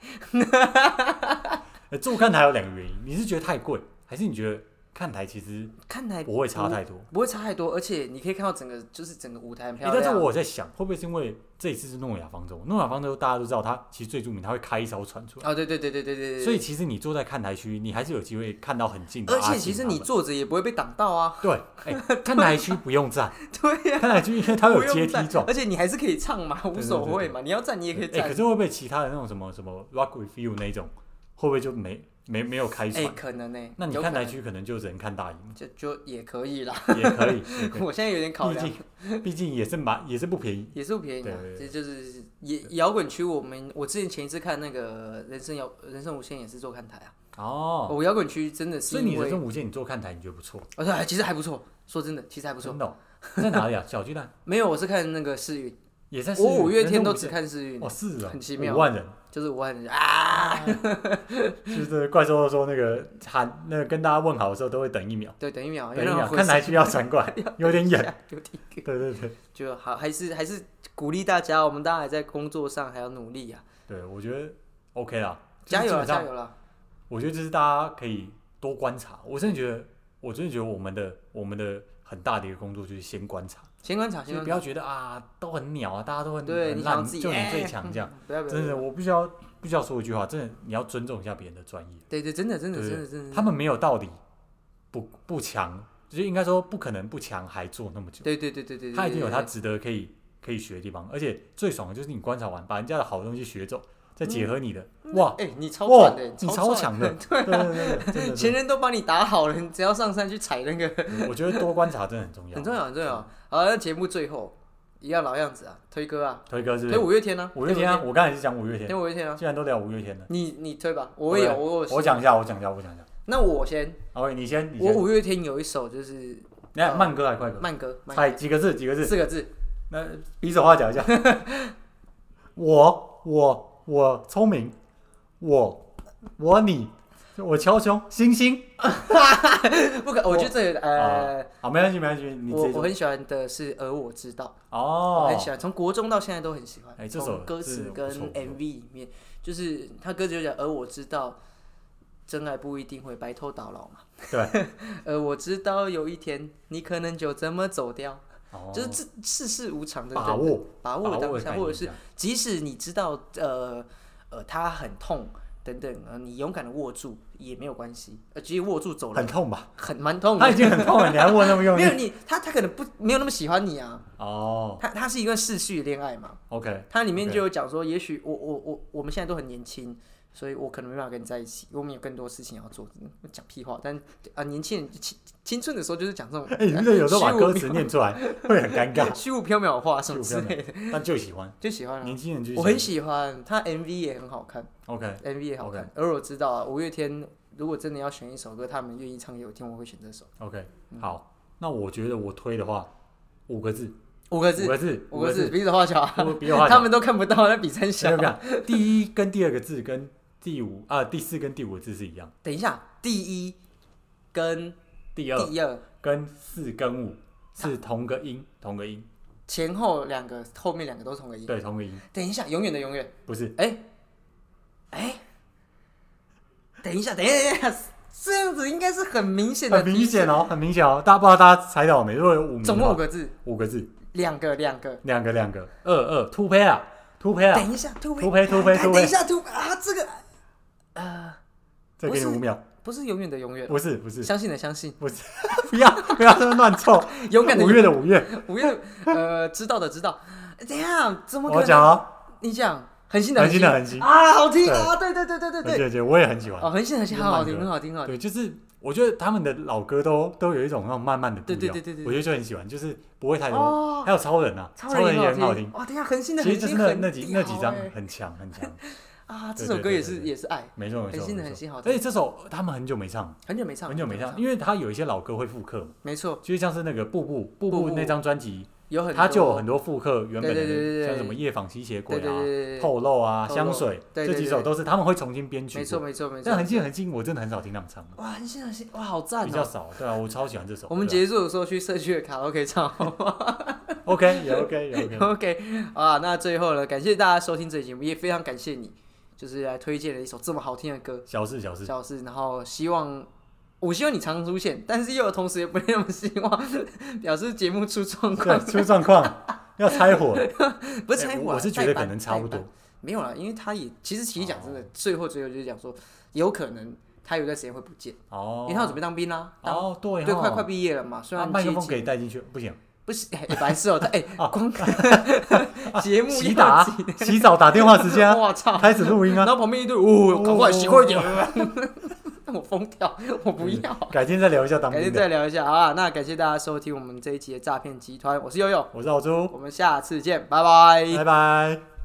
呃坐看台有两个原因，你是觉得太贵，还是你觉得看台其实
看台
不会差太多？
不会差太多，而且你可以看到整个就是整个舞台很
欸
漂
但是
亮，
我有在想，会不会是因为这一次是诺亚方舟？诺亚方舟大家都知道，它其实最著名，它会开一艘船出来，
哦对对对对对对对，
所以其实你坐在看台区，你还是有机会看到很近的
而
阿信他们。
且其实你坐着也不会被挡到啊，
对，哎、看台区不用站，
对呀，
看台区因为它有
不用
阶梯
站
状。
而且你还是可以唱嘛，无所谓嘛，你要站你也可以
哎、
站
可，是会不会其他的那种什么什么 Rock with You 那一种，会不会就没没没有开船？
哎可能呢，
那你
有
看
可
台
能
区可能就只能看大荧幕，
就就也可以 啦，
也可以，也 可以
我现在有点考
毕
量。
竟毕竟也是蛮也是不便宜。
也是不便宜啊，这
对
就是也摇滚区。我们我之前前一次看那个人生摇人生无限也是做看台啊，
哦，
我摇滚区真的
所
是
以你
因
人
为，
生无限，你坐看台你觉得不错，
而且、哎其实还不错，说真的，其实还不错
真。的哦、在哪里啊？小巨蛋。
没有，我是看那个世运，
也在
我五月天都
只
只看世运，
哦，是啊，
很奇妙
五万人，
就是我很啊，
就是怪兽说那个喊 那个跟大家问好的时候都会等一秒，
对，等一秒，
等
有
一
让
秒，
哦我回
看来需要传 过来，有点远。
想，有点
对对对
就好，还是还是鼓励大家，我们大家还在工作上还要努力啊。
对，我觉得 OK 啦，
加油
就是
啦，
基本上
加油啦！
我觉得就是大家可以多观察。我真的觉得，我真的觉得我们的我们的很大的一个工作就是先观察，
先观察，
就
先
是
观
不
察，
要觉得啊都很鸟啊，大家都很
对
很
你想要
烂，
自己
就你
哎
最强这样。
不要不要，
真
不
的，
要
我必须要必须要说一句话，真的你要尊重一下别人的专业。
对对，真的真的
对
真的真的，
他们没有道理不不强，就是应该说不可能不强还做那么久。
对对对对对，对
他一定有他
对
值得可以可以学的地方，而且最爽的就是你观察完，把人家的好东西学走，再结合你的，哇
对哎，你超
哇
赚的，，
你
超
超强的，对
啊
对对，真的
前
真
人都帮你打好了，你只要上山去踩那个，
的，我觉得多观察真的很重要，
很重要很重要。好，那节目最后一样老样子啊，推歌啊，
推歌是不
推
是？
五月天呢？
五月天啊，我刚才是讲五月
推五月天，推五
天，
月天啊，
既然都聊五月天了，
你你推吧，我也有，
对
我有，
我讲一下，我讲一下，我讲一下。
那我先，
OK，你先，你
我
先，
五月天有一首就是
你看慢歌还是快歌？
慢歌，慢
猜几个字？几个
歌
字？
四个字，
那比手画脚一下。我我我聪明，我我你我乔雄星星。
不可，我觉得这个呃，
好，没关系没关系，啊你
我
直接
我
说。
很喜欢的是《而我知道》，我
哦
很，喜欢，从国中到现在都很喜欢。
哎这首
从歌词
是
跟
不错不错
MV 里面，就是他歌词就讲，而我知道，真爱不一定会白头到老嘛。
对，
而我知道有一天你可能就这么走掉，
哦
就是这世事无常的
把
人
握
把握
把
当
握
下，
感
或者
觉
是
一下
即使你知道呃呃他很痛等等，呃你勇敢的握住也没有关系，呃其实握住走了
很痛吧？
很蛮 痛
他已
的。
经很痛了，你还问那么用
没
力
有？你，他他可能不没有那么喜欢你啊，
哦
他他是一段逝去的恋爱嘛，
，OK，
它里面
OK
就有讲说，也许我我我我们现在都很年轻，所以我可能没办法跟你在一起，我们有更多事情要做。嗯讲屁话，但啊、年轻人青青春的时候就是讲这种
哎，你不是有时候把
虚无
歌词念出来会很 尴尬，
虚无缥缈的话什么之类的，
但就喜欢
就喜欢啊。
年轻人就喜
我
欢
很喜欢他 MV 也很好看
OK，
，MV 也好看。而我知道啊，五月天如果真的要选一首歌，他们愿意唱给我听，我会选这首
OK，好，
嗯
那我觉得我推的话，五个字，
五个
五
字，
个字，
五个字，，比手画脚啊。
我比我画
他
脚
们都看不到，那比真
没
小
有。没有，第一跟第二个字跟第五啊第四跟第五个字是一样，
等一下，第一跟
第二
第二
跟四跟五是同个音，同个音，
前后两个，后面两个都是同个音。
对，同个音，
等一下，永远的永远。
不是
哎、哎、等一下，等一下，等一下，这样子应该是很明显的，
很明显。哦，很明显哦，大家不知道大家猜到没？如果有五名的
总共
话
五个字，
五个字，
两个，两个。
两个两个，二二突胚啊，突胚啊，
等一下，突
突胚突胚
哎等
突
一
胚，
下突啊，这个呃，
再给你
不是
五秒，
不是永远的永远，
不是不是
相信的相信，
不是，不要不要这么乱凑，
勇敢的
五
勇
月的五月，
五月的，呃，知道的知道。等一下，怎么
我
可
讲
能？
哦，
你讲，恒星的
很新的很新，
啊，好听啊，对对对对对
很新
对，
很新，我也很喜欢
哦，，恒星的恒星很好听，
慢
很
歌
好听，很好听。
对，就是我觉得他们的老歌都都有一种那种慢慢的步
对对
调
对对对对
我觉得就很喜欢，就是不会太多。
哦，
还有超人啊，
超人
也
也
很好听。
哇，等一下，恒星的
其
恒
实就
星
是
很
那那几那几
屌
张
欸
很强很强，
啊，这
对
首
对
歌
对
也
对
是
对
也是爱，
没错没
很
错
新的
没
很
错。
新好
而且
听，
这首他们很久没唱，
很久没唱，
很久没唱，，因为他有一些老歌会复刻嘛，
没错，
就像是那个《步步步
步
步
步》
那张专辑，
有很
它就有
多
很多复刻原本
对对对对对
的，像什么《夜访吸血鬼
对》对
啊、
对对对，
透露啊、
透
香
漏
水
对对
这几
对
首都是他们会重新编曲
没错
过。
没错没错，
但很近很近，我真的很少听他们唱，
哇，很新很新，哇，好赞
比较
哦！
少。对啊，我超喜欢这首。
我们
对啊
结束的时候去社区的卡拉 OK 唱好吗
OK 也 OK 也 OK。
？OK 啊，那最后呢，感谢大家收听这期节目，也非常感谢你，就是来推荐了一首这么好听的歌，
小事小事，
小事，然后希望。我希望你常出现，但是又有同时也不那么希望， 表示节目出状况
对，，出 状况要拆伙。
不是拆
哎
伙啊、
我我是觉
代
得
班
可能差不多
代班。没有啦，因为他也其实其实讲真
哦
的，最后最后就是讲说，有可能他有一段时间会不见，
哦
因，为他要准备当兵啦、当、
哦，对
对，
哦
快快毕业了嘛，虽
啊
然
麦克
接
风可
近
以带进去，不行。
不是哎白痴哦，他哎 光节 目
洗
要
打
急，
洗澡打电话时 间啊，
我 操！
开始录音
然
啊，
后旁边一堆，哦，赶快
哦
洗快一点， 让我疯掉，我不要。
改天再聊一下当
改
兵
天
的。
再聊一下啊！那感谢大家收听我们这一期的诈骗集团，我是悠悠，
我是澳洲，
我们下次见，拜拜。
拜拜。